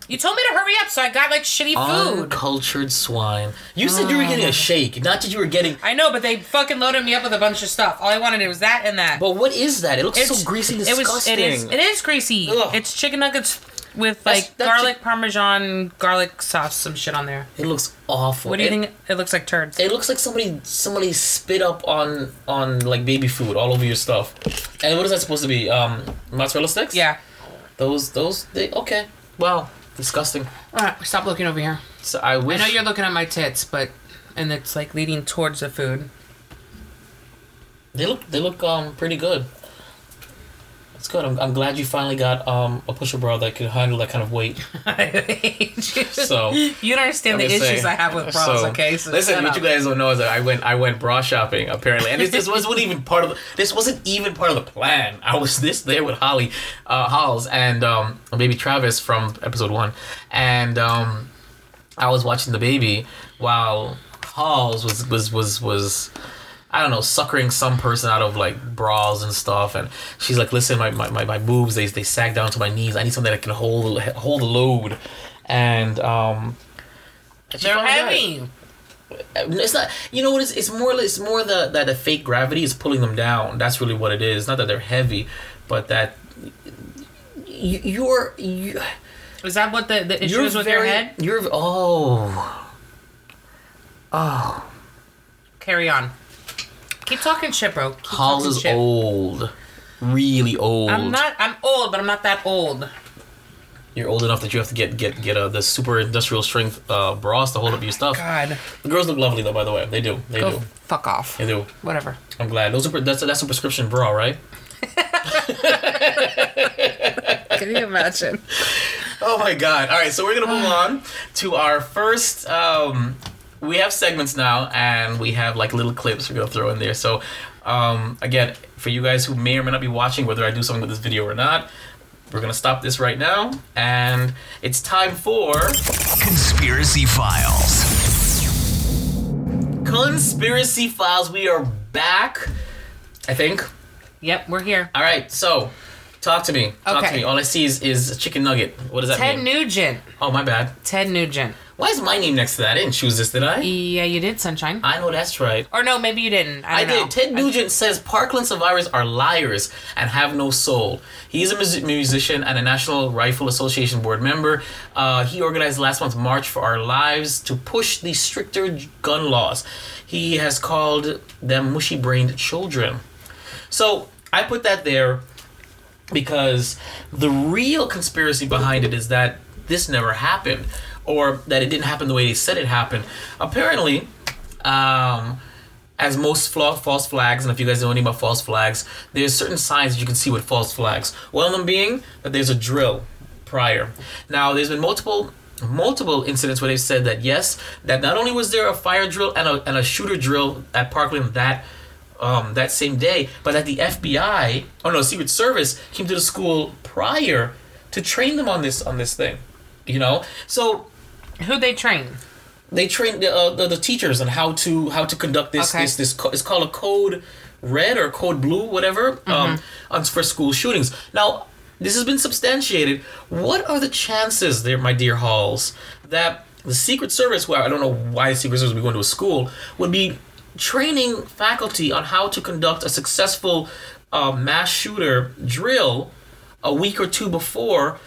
You told me to hurry up, so I got like shitty food. Ah. Uncultured swine. You said you were getting a shake, not that you were getting. I know, but they fucking loaded me up with a bunch of stuff. All I wanted was that and that. But what is that? It looks It's- so greasy, It disgusting. was. It is. It is greasy. Ugh. It's chicken nuggets with That's- like that's garlic chi- parmesan, garlic sauce, some shit on there. It looks awful. What do you It- think? It looks like turds. It looks like somebody somebody spit up on on like baby food all over your stuff. And what is that supposed to be? Um, mozzarella sticks? yeah. Those those they okay. Wow, disgusting. All right, stop looking over here. So I I wish. know you're looking at my tits, but and it's like leading towards the food. They look they look um pretty good. It's good. I'm, I'm glad you finally got um a pusher bra that could handle that kind of weight. I hate you. *laughs* *laughs* So- you don't understand the Let me issues say. I have with bras. *laughs* So, okay, so listen, shut what up. you guys don't know is that I went I went bra shopping apparently, and this, this wasn't even part of the, this wasn't even part of the plan. I was this there with Holly, uh, Halls, and um, baby Travis from episode one, and um, I was watching the baby while Halls was was was was. I don't know, suckering some person out of like bras and stuff, and she's like, "Listen, my, my, my, my boobs they, they sag down to my knees. I need something that can hold hold the load." And um, she they're finally got it. heavy. It's not. You know what? It's, it's more. It's more the that the fake gravity is pulling them down. That's really what it is. Not that they're heavy, but that you, you're you, Is that what the, the issue you're is with very, your head? You're oh Carry on. Keep talking shit, bro. Keep Halls talking is shit. old, really old. I'm not. I'm old, but I'm not that old. You're old enough that you have to get get get uh, the super industrial strength uh, bras to hold up your stuff. God, The girls look lovely though, by the way. They do. They go do. fuck off. They do. Whatever. I'm glad. Those are pre- that's a, that's a prescription bra, right? *laughs* Can you imagine? Oh my god. All right, so we're going to move Ah. on to our first um we have segments now and we have like little clips we're going to throw in there. So um again, for you guys who may or may not be watching whether I do something with this video or not, we're going to stop this right now and it's time for Conspiracy Files. Conspiracy Files. We are back. I think. Yep, we're here. All right. So, talk to me. Talk to Okay. me. All I see is is a chicken nugget. What does that Ted mean? Nugent. oh, my bad. Ted Nugent. Why is my name next to that? I didn't choose this, did I? Yeah, you did, sunshine. I know that's right. Or no, maybe you didn't. I I don't know. did. Ted Nugent says Parkland survivors are liars and have no soul. He's a mus- musician and a National Rifle Association board member. Uh, he organized last month's March for Our Lives to push the stricter j- gun laws. He has called them mushy brained children. So I put that there because the real conspiracy behind it is that this never happened or that it didn't happen the way they said it happened. Apparently, um, as most fla- false flags, and if you guys know anything about false flags, there's certain signs that you can see with false flags. One of them being that there's a drill prior. Now, there's been multiple multiple incidents where they've said that yes, that not only was there a fire drill and a, and a shooter drill at Parkland that um, that same day, but that the FBI, oh no, Secret Service came to the school prior to train them on this on this thing, you know. So Who they train? they train the, uh, the the teachers on how to how to conduct this Okay. this this co- it's called a code red or code blue whatever um on for school shootings now this has been substantiated what are the chances there my dear halls that the secret service well i don't know why the secret service would be going to a school would be training faculty on how to conduct a successful uh, mass shooter drill a week or two before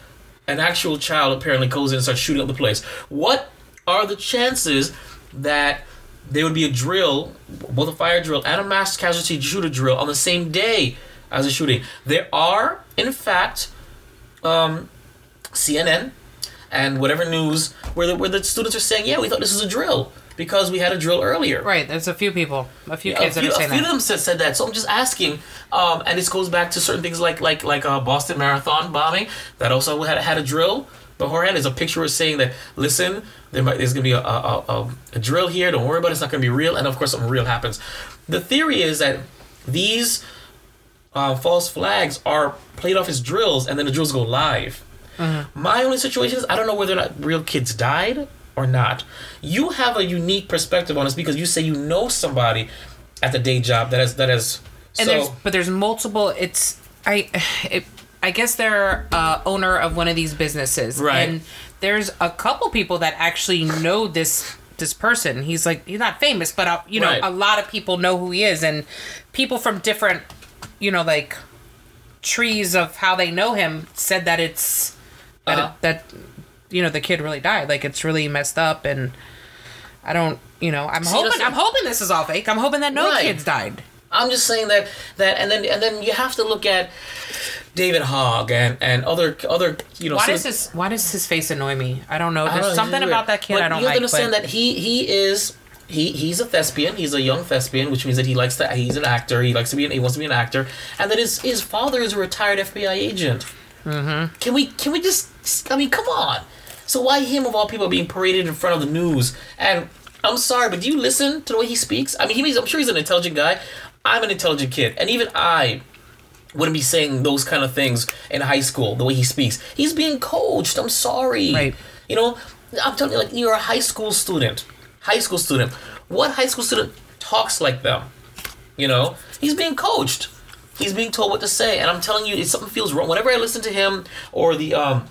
an actual child apparently goes in and starts shooting up the place. What are the chances that there would be a drill, both a fire drill and a mass casualty shooter drill, on the same day as a shooting? There are, in fact, um, CNN and whatever news where the, where the students are saying, yeah, we thought this was a drill because we had a drill earlier. Right, there's a few people, a few A kids few, that a are saying few of that. them said, said that, so I'm just asking, um, and this goes back to certain things like like like uh, Boston Marathon bombing that also had had a drill beforehand. There's a picture was saying that listen, there might, there's gonna be a, a, a, a drill here. Don't worry about it. It's not gonna be real, and of course something real happens. The theory is that these uh, false flags are played off as drills, and then the drills go live. Uh-huh. My only situation is I don't know whether or not real kids died or not. You have a unique perspective on this because you say you know somebody at the day job that has that has And there's, so but there's multiple. It's I, it, I guess they're uh, owner of one of these businesses, Right. And there's a couple people that actually know this this person. He's like he's not famous, but uh, you know Right. a lot of people know who he is, and people from different, you know, like trees of how they know him said that it's that Uh-huh. it, that you know the kid really died. Like it's really messed up, and I don't, you know, I'm hoping that's- I'm hoping this is all fake. I'm hoping that no Right. kids died. I'm just saying that that and then and then you have to look at David Hogg and and other other you know Why sort does of- his Why does his face annoy me? I don't know. I There's don't know, something he's about weird. that kid But I don't you like. have to understand but that he he is he he's a thespian. He's a young thespian, which means that he likes to. He's an actor. He likes to be. An, he wants to be an actor, and that his his father is a retired FBI agent. Mm-hmm. Can we can we just? I mean, come on. So why him of all people being paraded in front of the news? And I'm sorry, but do you listen to the way he speaks? I mean, he's, I'm sure he's an intelligent guy. I'm an intelligent kid, and even I wouldn't be saying those kind of things in high school the way he speaks. He's being coached. I'm sorry. Right. You know, I'm telling you, like you're a high school student. High school student. What high school student talks like them? You know, he's being coached. He's being told what to say, and I'm telling you, if something feels wrong, whenever I listen to him or the um,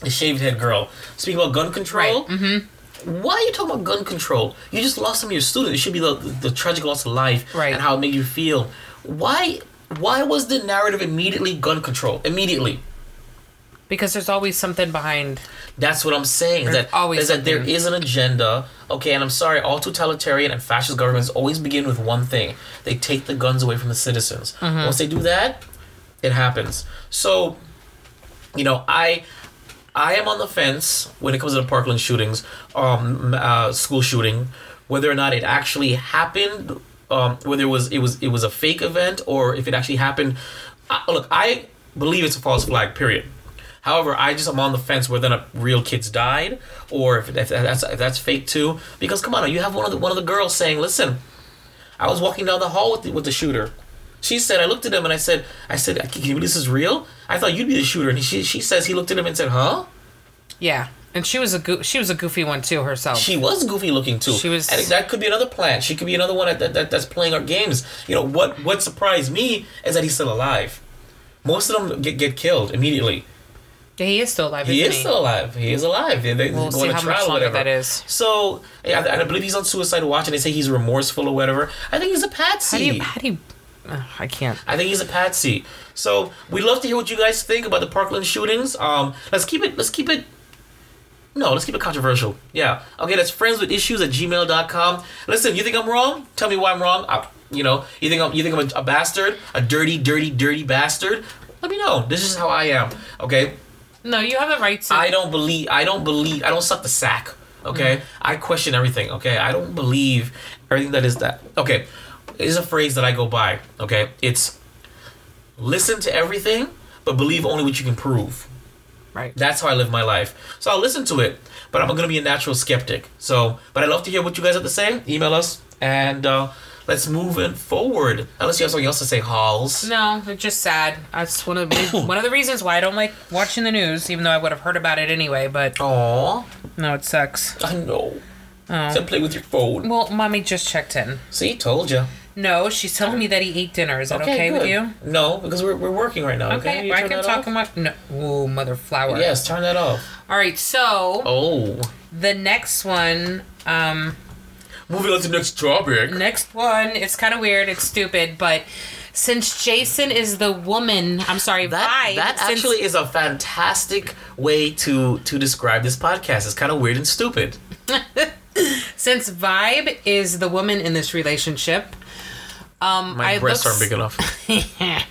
the shaved head girl speak about gun control, Right, why are you talking about gun control? You just lost some of your students. It should be the, the, tragic loss of life Right. and how it made you feel. Why why was the narrative immediately gun control? Immediately. because there's always something behind. That's what I'm saying. Is There's that, always is that there something. is an agenda. Okay, and I'm sorry, all totalitarian and fascist governments always begin with one thing. They take the guns away from the citizens. Mm-hmm. Once they do that, it happens. So, you know, I I am on the fence when it comes to the Parkland shootings, um, uh, school shooting, whether or not it actually happened, um, whether it was it was it was a fake event or if it actually happened. I, look, I believe it's a false flag. Period. However, I just am on the fence whether or not real kids died or if, if that's if that's fake too. Because come on, you have one of the one of the girls saying, "Listen, I was walking down the hall with the, with the shooter." She said, "I looked at him and I said, I said, can you believe this is real? I thought you'd be the shooter." And she she says he looked at him and said, "Huh?" Yeah, and she was a goo she was a goofy one too herself. She was goofy looking too. She was- And that could be another plan. She could be another one that, that that's playing our games. You know what? What surprised me is that he's still alive. Most of them get, get killed immediately. Yeah, he is still alive. He isn't is still alive. He is alive. They, they We'll go see on a how much trial or longer whatever. that is. So, yeah, and I believe he's on suicide watch, and they say he's remorseful or whatever. I think he's a patsy. How do you? How do you? Ugh, I can't. I think he's a patsy. So we'd love to hear what you guys think about the Parkland shootings. Um, let's keep it. Let's keep it. No, let's keep it controversial. Yeah. Okay, that's friends with issues at gmail.com. Listen, you think I'm wrong? Tell me why I'm wrong. I, you know, you think I'm you think I'm a, a bastard, a dirty, dirty, dirty bastard. Let me know. This is how I am. Okay. No, you have a right to. I don't believe. I don't believe. I don't suck the sack. Okay. I question everything. Okay. I don't believe everything that is that. Okay. is a phrase that I go by. Okay, it's listen to everything, but believe only what you can prove. Right. That's how I live my life. So I'll listen to it, but I'm gonna be a natural skeptic. So, but I'd love to hear what you guys have to say. Email us and uh, let's move it forward. Unless you have something else to say, Halls. No, it's just sad. That's one of *coughs* the, one of the reasons why I don't like watching the news, even though I would have heard about it anyway. But Aw, no, it sucks. I know. So play with your phone. Well, mommy just checked in. See, told you. No, she's telling me that he ate dinner. Is that okay, with you? No, because we're, we're working right now. Okay, You I turn can that talk off? about no. Ooh, mother flower. Yes, turn that off. All right, so Oh. the next one, um, Moving on to the next topic. next one, it's kind of weird. It's stupid, but since Jason is the woman, I'm sorry, That, vibe, that since- actually is a fantastic way to to describe this podcast. It's kind of weird and stupid. since vibe is the woman in this relationship. Um, My I breasts looked- aren't big enough.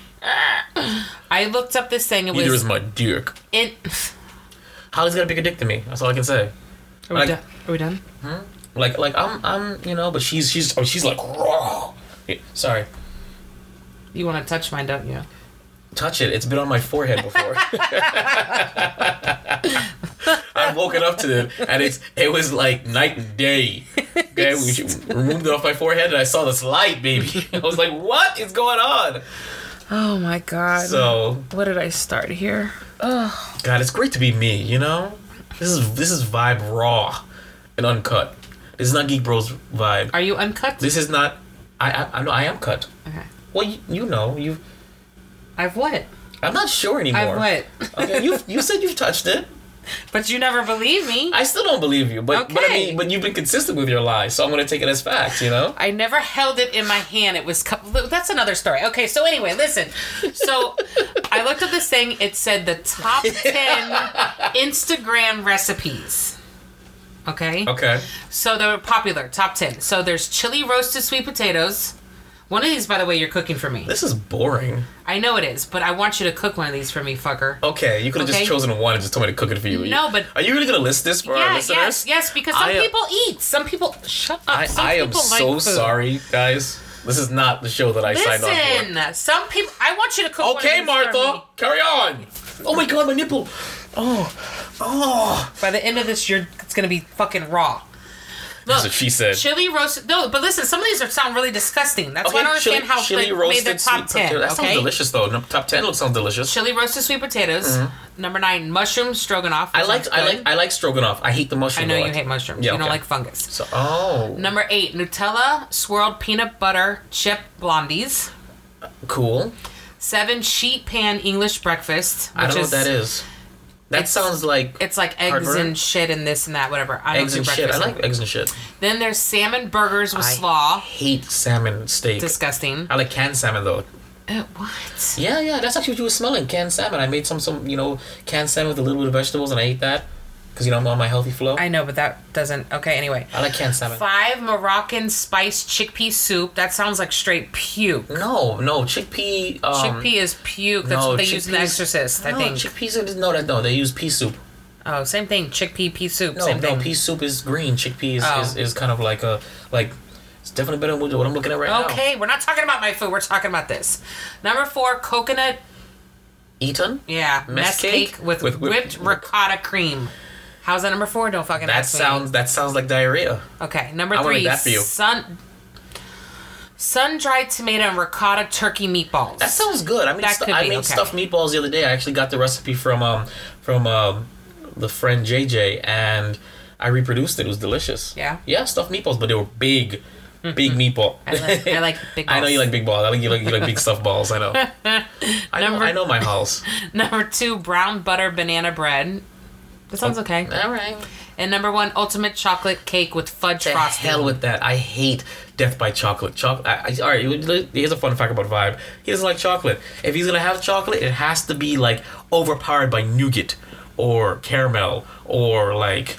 *laughs* I looked up this thing. It Neither was is my dick. it. Holly's got a bigger dick than me. That's all I can say. Are we, Like- done? Are we done? Like like I'm I'm you know, but she's she's oh, she's like raw. Yeah, Sorry. You want to touch mine, don't you? Touch it. It's been on my forehead before. *laughs* I've woken up to it, and it's it was like night and day. Okay, we she removed it off my forehead, and I saw this light, baby. *laughs* I was like, "What is going on?" Oh my god. So, what did I start here? God, it's great to be me. You know, this is this is vibe raw and uncut. This is not Geek Bros vibe. Are you uncut? This is not. I I I, know I am cut. okay. Well, you, you know you. I've what? I'm not sure anymore. I've what? Okay, you you said you've touched it. But you never believe me. I still don't believe you, but but I Okay. mean, but you've been consistent with your lies, so I'm gonna take it as fact. You know. I never held it in my hand. It was co- that's another story. Okay, so anyway, listen. So I looked up this thing. It said the *laughs* top ten Instagram recipes. Okay. Okay. So they were popular top ten. So there's chili roasted sweet potatoes. One of these, by the way, you're cooking for me. This is boring. I know it is, but I want you to cook one of these for me, fucker. Okay, you could have Okay. just chosen one and just told me to cook it for you. No, but- are you really gonna list this for our Yeah, listeners? yes, yes, because some I, uh, people eat. Some people shut up. I, some I am people like so food. sorry, guys. This is not the show that I signed Listen, some people. I want you to cook. on one of for. Okay, these for me. Martha, carry on. Oh my god, my nipple. Oh, oh. By the end of this, you're it's gonna be fucking raw. That's Look, what she said. Chili roasted. No, but listen, some of these are sound really disgusting. That's why I don't understand how they made their top ten. potato. That sounds okay? delicious, though. No, top ten looks sounds delicious. Chili roasted sweet potatoes. Number nine, mushroom stroganoff. Mm-hmm. I which like, sounds I good. like, I like stroganoff. I hate the mushroom. I know though. you hate mushrooms. Yeah, you don't okay. like fungus. So, oh, Number eight, Nutella swirled peanut butter chip blondies. cool. Seven, sheet pan English breakfast. Which I don't know is, what that is. That it's- sounds like It's like eggs Hard and shit and this and that, whatever. I don't eggs do and shit. breakfast. I like eggs and shit. Then there's salmon burgers with I slaw. hate salmon steak. Disgusting. I like canned salmon though. Uh, what? Yeah, yeah, that's actually what you were smelling, canned salmon. I made some, some, you know, canned salmon with a little bit of vegetables, and I ate that because you know I'm on my healthy flow. I, I know, but that doesn't. Okay, anyway. like canned salmon. Five Moroccan spiced chickpea soup. That sounds like straight puke. No, no, chickpea. Um, Chickpea is puke. That's no, what they use in The chickpeas- Exorcist, I no, think. chickpeas. Are, no, that no, they use pea soup. oh, same thing. Chickpea pea soup. No, same no, thing. pea soup is green. Chickpea is, Oh. is, is kind of like a like. It's definitely better than what I'm looking at right now. okay, we're not talking about my food. We're talking about this. Number four, coconut. Eaton. Yeah, mess, cake, with, whipped ricotta cream. How's that number four? Don't fucking That ask me. sounds that sounds like diarrhea. Okay, number I wanna three. make that for you. Sun. Sun-dried tomato and ricotta turkey meatballs. That sounds good. I mean, That stu- could I be, made okay. stuffed meatballs the other day. I actually got the recipe from um from um the friend JJ, and I reproduced it. It was delicious. Yeah? Mm-hmm. Yeah, stuffed meatballs, but they were big, big meatball. I like- I like big *laughs* I know you balls. like big balls. I like you like you like big stuffed balls. *laughs* I know. I know. Number- I know my *laughs* house. *laughs* Number two, brown butter banana bread. That sounds okay. All right. And number one, ultimate chocolate cake with fudge The frosting. hell with that. I hate death by chocolate. Chocolate. I, I, all right. you- Here's a fun fact about Vibe. He doesn't like chocolate. If he's gonna have chocolate, it has to be like overpowered by nougat or caramel or like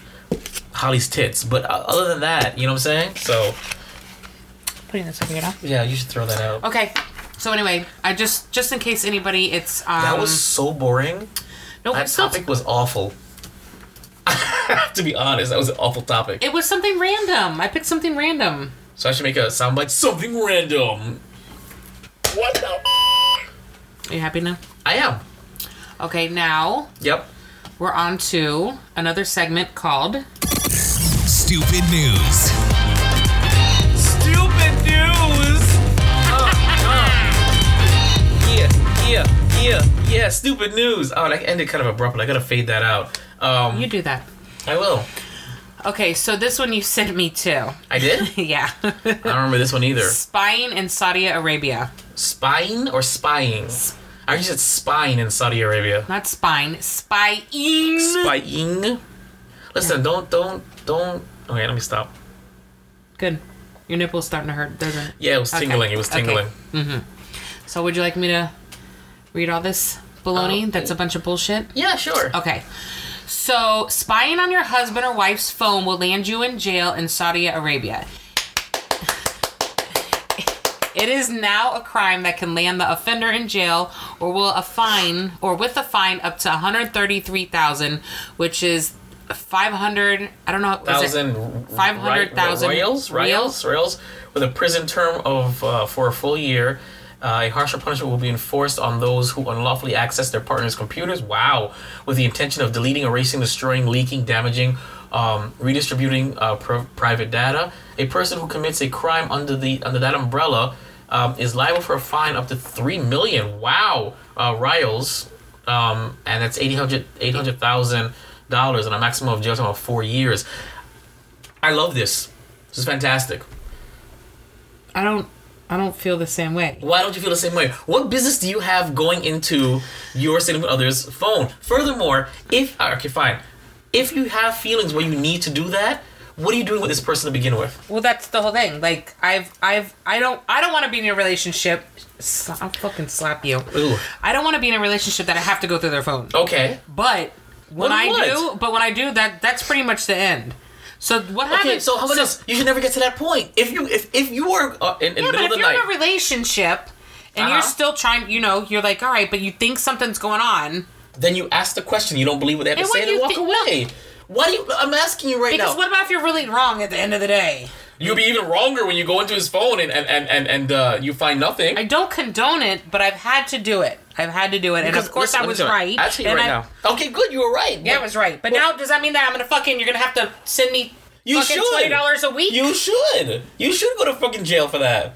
Holly's tits. But uh, other than that, you know what I'm saying? So Putting this over here now. yeah, you should throw that out. Okay. So anyway, I just just in case anybody, it's um. That was so boring. no, That it's not- topic was awful. *laughs* to be honest, that was an awful topic. It was something random. I picked something random. So I should make a soundbite. Something random. What the? Are you happy now? I am. Okay, now Yep. we're on to another segment called Stupid news. Stupid news. Uh, uh. Yeah, yeah, yeah, yeah. Stupid news. Oh, that ended kind of abruptly. I gotta fade that out. Um, You Do That. I will. Okay, so this one you sent me too. *laughs* I did. *laughs* Yeah. *laughs* I don't remember this one either. Spying in Saudi Arabia. Spying or spying? I just said spying in Saudi Arabia. Not spine, spying. Spying. Listen, don't, don't, don't. Okay, let me stop. Good. Your nipple's starting to hurt, doesn't it? Yeah, it was Okay. tingling. It was Okay. tingling. So, would you like me to read all this baloney? Oh. That's a bunch of bullshit. Yeah, sure. Okay. So, spying on your husband or wife's phone will land you in jail in Saudi Arabia. It is now a crime that can land the offender in jail or will a fine or with a fine up to 133,000, which is 500, I don't know, was it- thousand 500,000 reals, reals, reals, with a prison term of uh, for a full year. Uh, a harsher punishment will be enforced on those who unlawfully access their partner's computers. Wow, with the intention of deleting, erasing, destroying, leaking, damaging, um, redistributing uh, pri- private data. A person who commits a crime under the under that umbrella um, is liable for a fine up to three million. Wow, uh, rials, um, and that's eight hundred eight hundred thousand dollars and a maximum of jail time of four years. I love this. This is fantastic. I don't I don't feel the same way. Why don't you feel the same way? What business do you have going into your significant other's phone? Furthermore, if ah, okay, fine, if you have feelings where you need to do that, what are you doing with this person to begin with? Well, that's the whole thing. Like I've I've I don't I don't want to be in a relationship. Sla- I'll fucking slap you. Ooh. I don't want to be in a relationship that I have to go through their phone. Okay. But when Well, I what? do, but when I do that, that's pretty much the end. So what happens? Okay. So how about this? You should never get to that point. If you if if you are uh, in, in Yeah, the but middle if of the you're in a night. relationship and you're Uh-huh. still trying, you know, you're like, all right, but you think something's going on Then you ask the question. You don't believe what they have And to say, what and you walk thi- away. Why do you? I'm asking you right because now. what about if you're really wrong at the end of the day? You'll be even wronger when you go into his phone and and and and, and uh, you find nothing. I don't condone it, but I've had to do it. I've had to do it, and of course listen, I was listen to me. right. I'll tell you and right I- now. Okay, good. You were right. Yeah, I But was right. But now, does that mean that I'm gonna fucking? You're gonna have to send me You fucking should. twenty dollars a week, You should. You should go to fucking jail for that.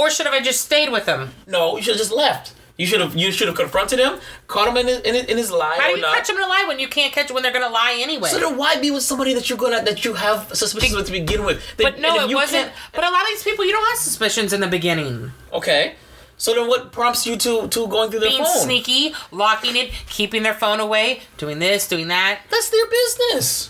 or should have I just stayed with him? No, you should have just left. You should have. You should have confronted him, caught him in his, in his, in his lie. How or do you not. catch them in a lie when you can't catch when they're gonna lie anyway? So then why be with somebody that you're gonna that you have suspicions with to begin with? Then- but no, and if it you wasn't. can't- But a lot of these people, you don't have suspicions in the beginning. Okay. So then what prompts you to to going through their Being phone? sneaky, locking it, keeping their phone away, doing this, doing that. That's their business.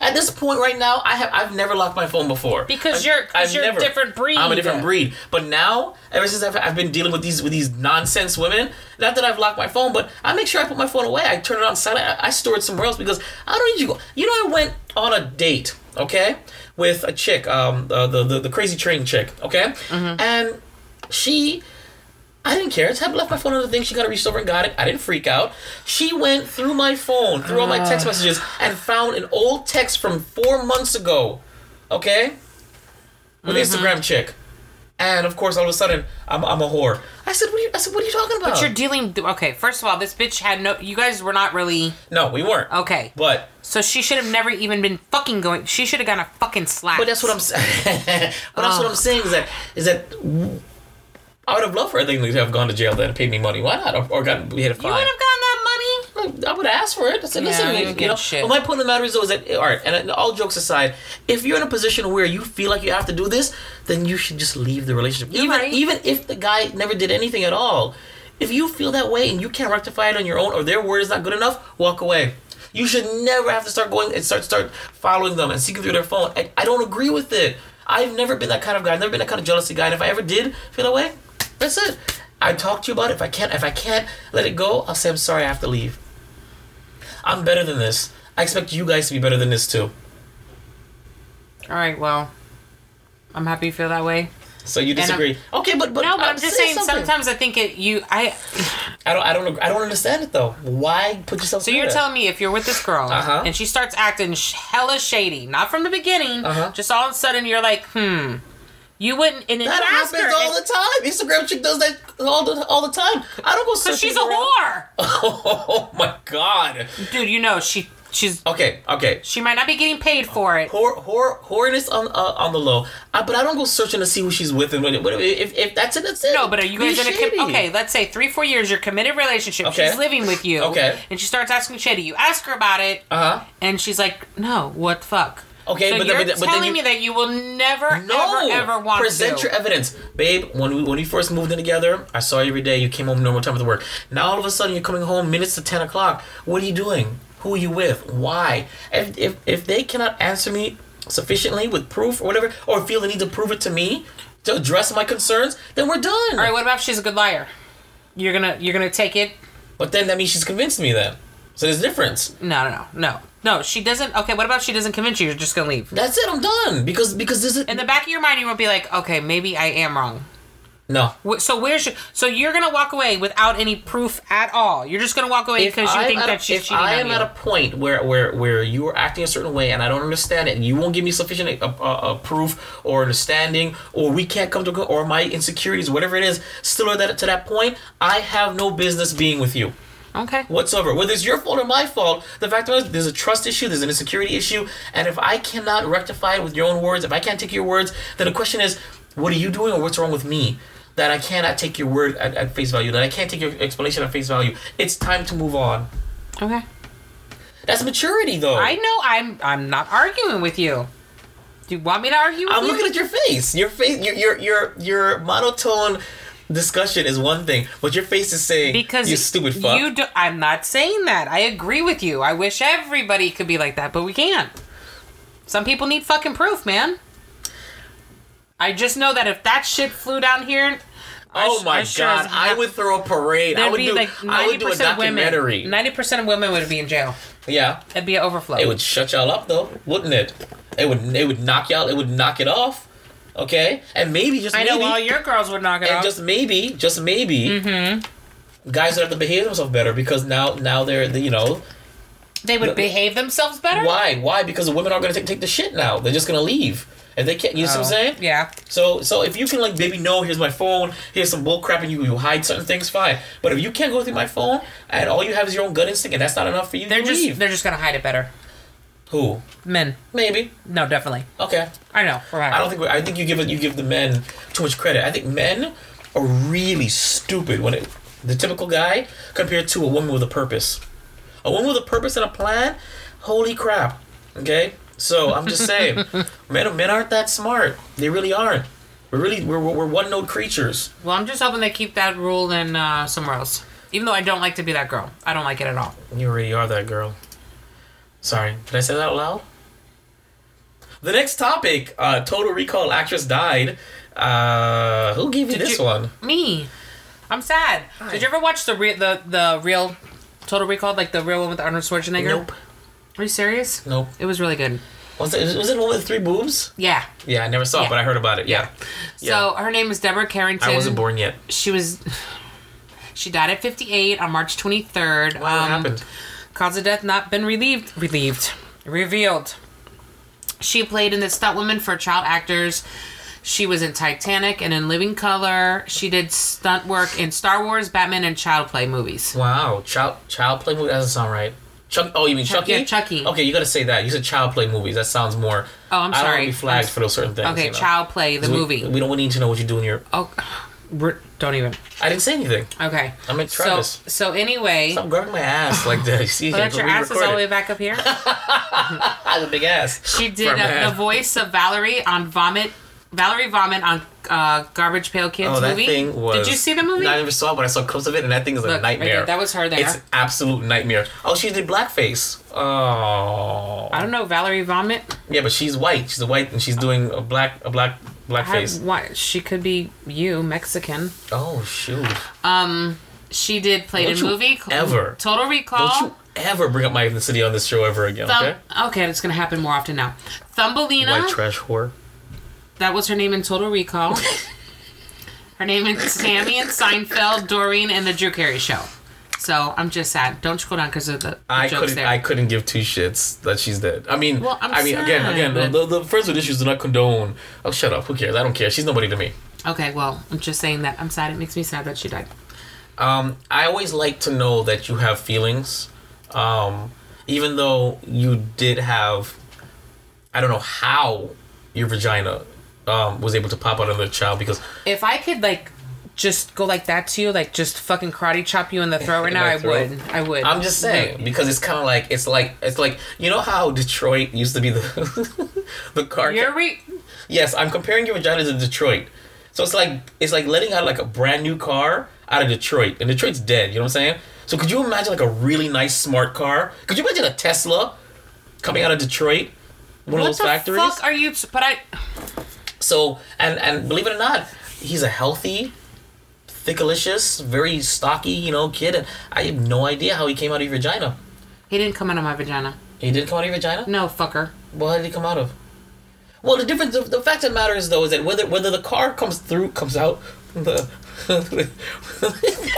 At this point right now, I have I've never locked my phone before Because I've- you're- 'cause I've you're a different breed. I'm a different breed. But now, ever since I've, I've been dealing with these with these nonsense women, not that I've locked my phone, but I make sure I put my phone away. I turn it on silent. I, I store it somewhere else because I don't need you. You know, I went on a date, okay, with a chick, um, the the, the, the crazy train chick, okay, Mm-hmm. and she I didn't care. I left my phone on the thing. She got it reached over and got it. I didn't freak out. She went through my phone, through all my text Ah. messages, and found an old text from four months ago. Okay? With Mm-hmm. Instagram chick. And of course, all of a sudden, I'm, I'm a whore. I said, what are you, I said, what are you talking about? You're dealing. Okay, first of all, this bitch had no. You guys were not really no, we weren't. okay. But So she should have never even been fucking going. She should have gotten a fucking slap. But that's what I'm saying. *laughs* but that's what Oh. I'm saying is that is that I would have loved for everything to have gone to jail then and paid me money. Why not? Or, or got we hit a You fine. would have gotten that money. I would ask for it. I said, Yeah, listen, you you, don't you get know. shit. But my point of the matter is, though, is that all right. And and all jokes aside, if you're in a position where you feel like you have to do this, then you should just leave the relationship. You're even right. even if the guy never did anything at all, if you feel that way and you can't rectify it on your own, or their word is not good enough, walk away. You should never have to start going and start start following them and seeking through their phone. I, I don't agree with it. I've never been that kind of guy. I've never been that kind of jealousy guy. And if I ever did feel that way, that's it. I talk to you about it. If I can't, if I can't let it go, I'll say I'm sorry. I have to leave. I'm better than this. I expect you guys to be better than this too. All right, well, I'm happy you feel that way. So you I'm- disagree? Okay, but but No, but uh, I'm just say saying. something. Sometimes I think it. You, I. I don't I don't ag- I don't understand it though. Why put yourself? So you're telling me if you're with this girl Uh-huh. and she starts acting sh- hella shady, not from the beginning, Uh-huh. just all of a sudden you're like, hmm, You wouldn't. And then That you ask happens her, all the time. Instagram chick does that all the all the time. I don't go So searching she's a around. *laughs* whore, Oh my god. dude. You know she she's Okay, okay. she might not be getting paid for it. Whore, whore, whoreness on uh, on the low. I, but I don't go searching to see who she's with and when. What, if, if that's it, that's it. No, but are you Be guys in a shady. com- okay? Let's say three, four years, your committed relationship. Okay. She's living with you. Okay. And she starts asking shit. You ask her about it, Uh huh. and she's like, "No, what the fuck." Okay, so but then- you're but then- but then telling you- me that you will never, No, ever, ever want present to. your evidence, babe. When we when we first moved in together, I saw you every day. You came home normal time with work. Now all of a sudden you're coming home minutes to ten o'clock. What are you doing? Who are you with? Why? If if, if they cannot answer me sufficiently with proof or whatever, or feel the need to prove it to me to address my concerns, then we're done. All right, what about if she's a good liar? You're gonna you're gonna take it? But then that means she's convinced me then. So there's a difference. No, no, no, no, no. She doesn't. Okay, what about if she doesn't convince you? You're just gonna leave. That's it. I'm done because because this is In the back of your mind, you won't be like, okay, maybe I am wrong. no. Wh- So where's your, so you're gonna walk away without any proof at all? You're just gonna walk away because you I'm think at a- that she's if cheating I on am you. at a point where where where you are acting a certain way and I don't understand it, and you won't give me sufficient uh, uh, uh, proof or understanding, or we can't come to a co- or my insecurities, whatever it is, still at that to that point, I have no business being with you okay. whatsoever. Whether it's your fault or my fault, the fact is there's a trust issue, there's an insecurity issue, and if I cannot rectify it with your own words, if I can't take your words, then the question is, what are you doing or what's wrong with me? That I cannot take your word at, at face value, that I can't take your explanation at face value. It's time to move on. Okay. That's maturity though. I know. I'm I'm not arguing with you. Do you want me to argue with I'm you? looking at your face. Your face your your your your monotone discussion is one thing, but your face is saying because you stupid fuck. You do, I'm not saying that. I agree with you. I wish everybody could be like that, but we can't. Some people need fucking proof, man. I just know that if that shit flew down here, I oh sh- my I sure god, as I hell- would throw a parade. I there'd would be do like I ninety would do a percent of documentary. women. Ninety percent of women would be in jail. Yeah. It'd be an overflow. It would shut y'all up though, wouldn't it? It would it would knock y'all it would knock it off. Okay? And maybe just I know maybe all your girls Mm-hmm. would knock it and off. just maybe, just maybe guys would have to behave themselves better because now now they're you know they would the- behave themselves better. why? Why? Because the women aren't gonna take, take the shit now. They're just gonna leave. If they can't you see what I'm Oh, saying? Yeah. So so if you can like baby no here's my phone here's some bull crap and you you hide certain things fine but if you can't go through my phone and all you have is your own gut instinct and that's not enough for you They're you just leave. they're just gonna hide it better. who Men. maybe No, definitely. okay I know. Right. I don't think I think you give it you give the men too much credit. I think men are really stupid when it the typical guy compared to a woman with a purpose. A woman with a purpose and a plan, holy crap. Okay? So I'm just *laughs* saying, men men aren't that smart. They really aren't. We're really we're, we're one note creatures. Well, I'm just hoping they keep that rule in uh, somewhere else. Even though I don't like to be that girl, I don't like it at all. You already are that girl. Sorry, did I say that out loud? The next topic, uh, Total Recall actress died. Uh, who gave you Did this you- one? Me, I'm sad. Did you ever watch the re- the the real Total Recall, like the real one with Arnold Schwarzenegger? Nope. Are you serious? Nope. It was really good. Was it was it the one with three boobs? Yeah. Yeah, I never saw Yeah. it, but I heard about it. Yeah. So her name is Deborah Carrington. I wasn't born yet. She was. *laughs* She died at 58 on March Um, 23rd. Wow, what happened? Cause of death not been relieved. Relieved. Revealed. She played in The Stunt Woman for Child Actors. She was in Titanic and in Living Color. She did stunt work in Star Wars, Batman, and Child Play movies. Wow, child child play movie that doesn't sound right. Chuck, oh, you mean Chucky? yeah, Chucky. Okay, you gotta say that. You said child play movies. That sounds more. Oh, I'm I don't wanna sorry. be I'm flagged s- for those certain things. Okay, you know? Child Play, the We- movie. We don't we need to know what you do in your. oh, we're- don't even. I didn't say anything. Okay. I meant so, Travis. so anyway, Stop grabbing my ass *laughs* like that. *laughs* You see, that your we ass is all recorded. the way back up here. *laughs* I have a big ass. She For did a uh, man. the voice of Valerie on Vomit. Valerie Vomit on uh, Garbage Pail Kids Oh, that movie. thing was. did you see the movie? No, I never saw it, but I saw clips of it, and that thing is a Look, right nightmare. there, that was her there. It's an absolute nightmare. Oh, she did blackface. Oh. I don't know Valerie Vomit. Yeah, but she's white. She's a white, and she's doing a black, a black, I, blackface. what she could be you Mexican. Oh shoot! She did play Don't in a you movie called ever- Total Don't Recall. you ever bring up my ethnicity on this show ever again, Thumb- okay? okay, it's gonna happen more often now. Thumbelina. White trash whore. That was her name in Total Recall. *laughs* her name is Tammy in Seinfeld, Doreen, and the Drew Carey Show. So I'm just sad. Don't scroll down because of the, the I jokes couldn't. there. I couldn't give two shits that she's dead. I mean, Well, I'm I mean, again, sad, again, the, but- the, the friends with issues do not condone. Oh, shut up. Who cares? I don't care. She's nobody to me. okay, well, I'm just saying that. I'm sad. It makes me sad that she died. Um, I always like to know that you have feelings, um, even though you did have. I don't know how your vagina um, was able to pop out another child because If I could like just go like that to you, like just fucking karate chop you in the throat right *laughs* In now, my I throat. would. I would. I'm just saying because it's kind of like it's like it's like you know how Detroit used to be the *laughs* the car. You're re- Yes, I'm comparing your vagina to Detroit. So it's like it's like letting out like a brand new car out of Detroit, and Detroit's dead. You know what I'm saying? So could you imagine like a really nice smart car? Could you imagine a Tesla coming out of Detroit, one of What those the factories? fuck are you? But I. So and and believe it or not, he's a healthy, thickalicious, very stocky, you know, kid, and I have no idea how he came out of your vagina. He didn't come out of my vagina. He didn't come out of your vagina. No, fucker. Well, how did he come out of? Well, the difference, the, the fact of the matter is though, is that whether whether the car comes through, comes out, the. *laughs*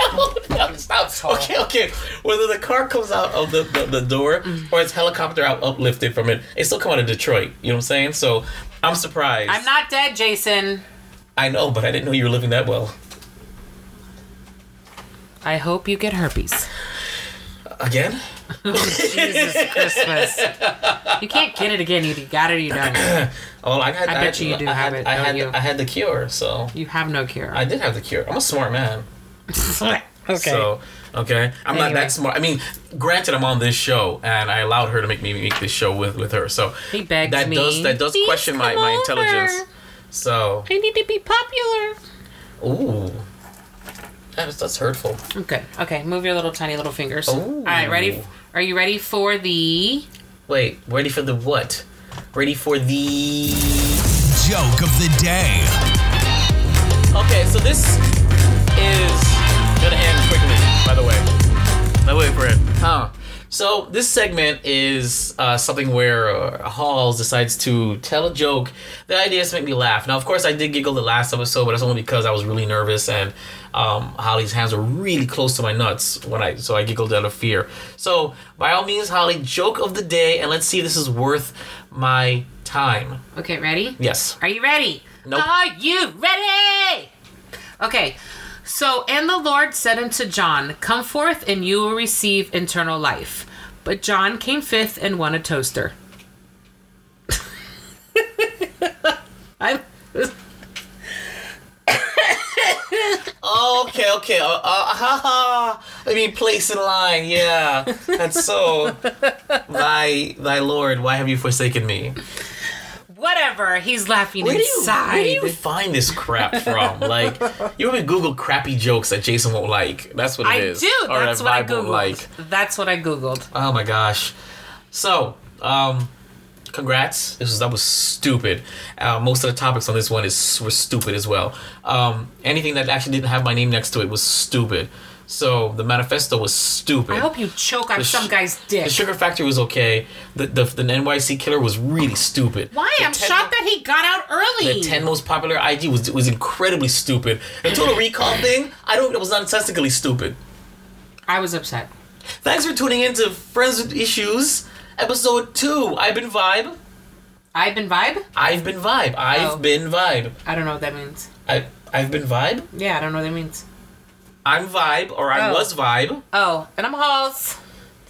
Stop. Okay, okay. Whether the car comes out of the, the, the door or it's helicopter out uplifted from it, it still come out of Detroit. You know what I'm saying? So I'm surprised. I'm not dead, Jason. I know, but I didn't know you were living that well. I hope you get herpes. Again? *laughs* Jesus Christmas. You can't get it again. You got it or you don't. Oh, I, had, I bet had- you you do I had, have it, I don't had, you? I had the cure, so You have no cure. I did have the cure. I'm a smart man. *laughs* okay. So, okay. I'm not Anyway. that smart. I mean, granted, I'm on this show, and I allowed her to make me make this show with, with her. So He begged that me. does that does "Please question my, come my over. intelligence. So, I need to be popular. ooh, that's that's hurtful. Okay. Okay. Move your little tiny little fingers. Ooh. All right. Ready? Are you ready for the? Wait, ready for the what? Ready for the? Joke of the day. Okay, so this is gonna end quickly. By the way. I wait for it. Huh. So this segment is uh, something where uh, Halls decides to tell a joke. The idea is to make me laugh. Now, of course, I did giggle the last episode, but it's only because I was really nervous and um, Holly's hands were really close to my nuts when I so I giggled out of fear. So by all means, Holly, joke of the day, and let's see if this is worth my time. Okay. Ready? Yes. Are you ready? Nope. Are you ready? Okay. So, and the Lord said unto John, Come forth, and you will receive eternal life. But John came fifth and won a toaster. *laughs* I'm. Oh, okay, okay. Uh, *laughs* uh, ha, ha. I mean, place in line. Yeah. And so, thy thy Lord, why have you forsaken me? Whatever. He's laughing Where do you inside. where do you find this crap from? Like, you ever Google crappy jokes that Jason won't like? That's what I it is. do. Or that That's what I Vibe won't googled. That's what I googled. Oh my gosh. So, um, congrats. This was that was stupid. Uh, most of the topics on this one is were stupid as well. Um, anything that actually didn't have my name next to it was stupid. So the manifesto was stupid. I hope you choke on sh- some guy's dick. the sugar factory was okay. The the, the NYC killer was really stupid. Why? The I'm Ted- shocked that he got out early. the 10 most popular IG was was incredibly stupid. *laughs* The total recall thing, I don't it was nonsensically stupid. I was upset. Thanks for tuning in to Friends with Issues, episode 2. I've been Vibe. I've been vibe. I've been Vibe. I've Oh. been Vibe. I don't know what that means. I I've been Vibe. Yeah, I don't know what that means. I'm Vibe or I Oh. was Vibe. Oh, and I'm Halls.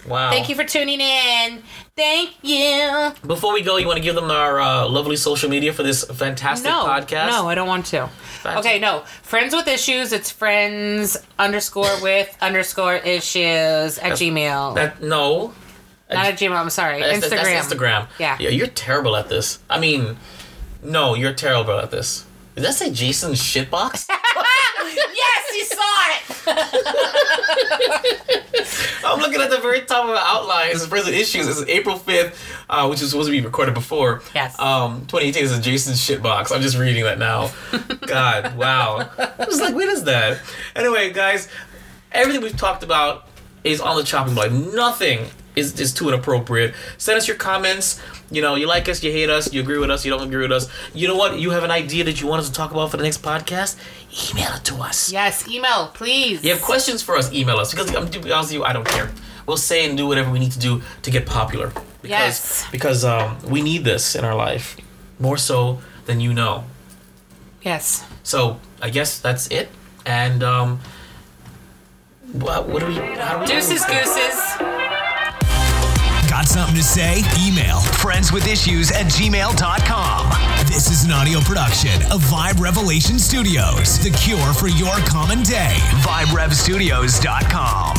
Wow. Thank you for tuning in. Thank you. Before we go, you want to give them our uh, lovely social media for this fantastic No, podcast? no, I don't want to. Okay, no. Friends with issues. It's friends *laughs* underscore with underscore issues at Gmail. That no. Not at Gmail. I'm sorry. That's, Instagram. that's- that's Instagram. Yeah. Yeah, you're terrible at this. I mean, no, you're terrible at this. Did that say Jason's shitbox? yes, you saw it. I'm looking at the very top of the outline. It's present issues. It's April 5th, uh, which was supposed to be recorded before. Yes. Um, 2018 is a Jason's shitbox. I'm just reading that *laughs* now. God, wow. I was like, what is that? Anyway, guys, everything we've talked about is on the chopping block. Nothing is, is too inappropriate. Send us your comments. You know, you like us, you hate us, you agree with us, you don't agree with us. You know what? You have an idea that you want us to talk about for the next podcast? Email it to us. Yes, email, please. You have questions for us? Email us because I'm to be honest with you, I don't care. We'll say and do whatever we need to do to get popular. Because, Yes. Because um, we need this in our life more so than you know. Yes. So I guess that's it. And um, what, what do we? How do we Deuces, gooses. Got something to say? Email friendswithissues at gmail.com. This is an audio production of Vibe Revelation Studios, the cure for your common day. VibeRevStudios.com.